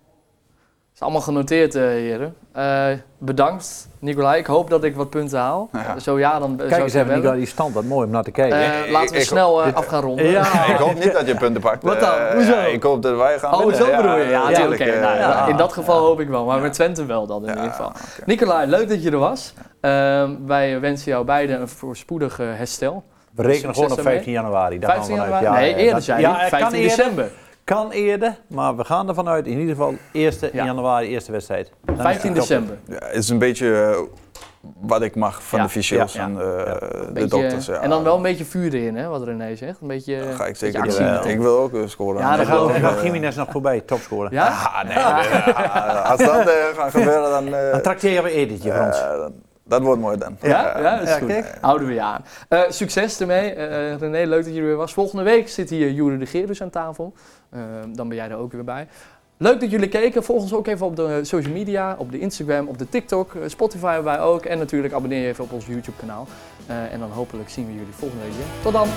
Is allemaal genoteerd, eh, heren. Eh, bedankt, Nicolai. Ik hoop dat ik wat punten haal. Nou Ja. Zo ja, dan eh, zou Kijk ik eens je even bellen. naar die stand, dat is mooi om naar te kijken. Eh, Ik- laten we ik- snel eh, af gaan ronden. Ja. Ik hoop niet dat je punten pakt. Wat dan? Eh, Hoezo? ja, ik hoop dat wij gaan Oh, winnen. zo bedoel je? Ja, natuurlijk. eh, ja. in dat geval hoop ik wel, maar met Twente wel dan in Ja, ieder geval. oké. Nicolai, leuk dat je er was. Ehm, wij wensen jou beiden een voorspoedig eh, herstel. We rekenen gewoon op Succes ermee. 15 januari. Daar 15 gaan we vanuit. januari? nee, eh, eerder dat- zijn. Ja, het 15 kan eerder, december. kan eerder, maar we gaan ervan uit. In ieder geval 1 Ja. januari, eerste wedstrijd. Dan is 15 het top. december. Ja, het is een beetje eh, wat ik mag van Ja, de fysio's ja, en eh, de Beetje, dokters. Ja. En dan wel een beetje vuur in, hè, wat René zegt. Een beetje, Dat ga ik beetje zeker doen. actie ja. meteen. Ik wil ook eh, scoren. Ja, Dan dat Ik gaat, wil dan ook, gaat eh, Jiménez nog voorbij, topscorer. Ja? Ah, nee, nee, ja, als dat eh, gaat gebeuren, dan... eh, Dan trakteer je op een etentje, Frans. eh, dan- dat wordt mooi dan. Ja, ja, dat is Ja, goed. kijk. Houden we je aan. Eh, succes ermee. Eh, eh, René, leuk dat je er weer was. Volgende week zit hier Jure de Gerus aan tafel. Eh, dan ben jij er ook weer bij. Leuk dat jullie keken. Volg ons ook even op de social media, op de Instagram, op de TikTok. Eh, Spotify hebben wij ook. En natuurlijk abonneer je even op ons YouTube kanaal. Eh, en dan hopelijk zien we jullie volgende week weer. Tot dan!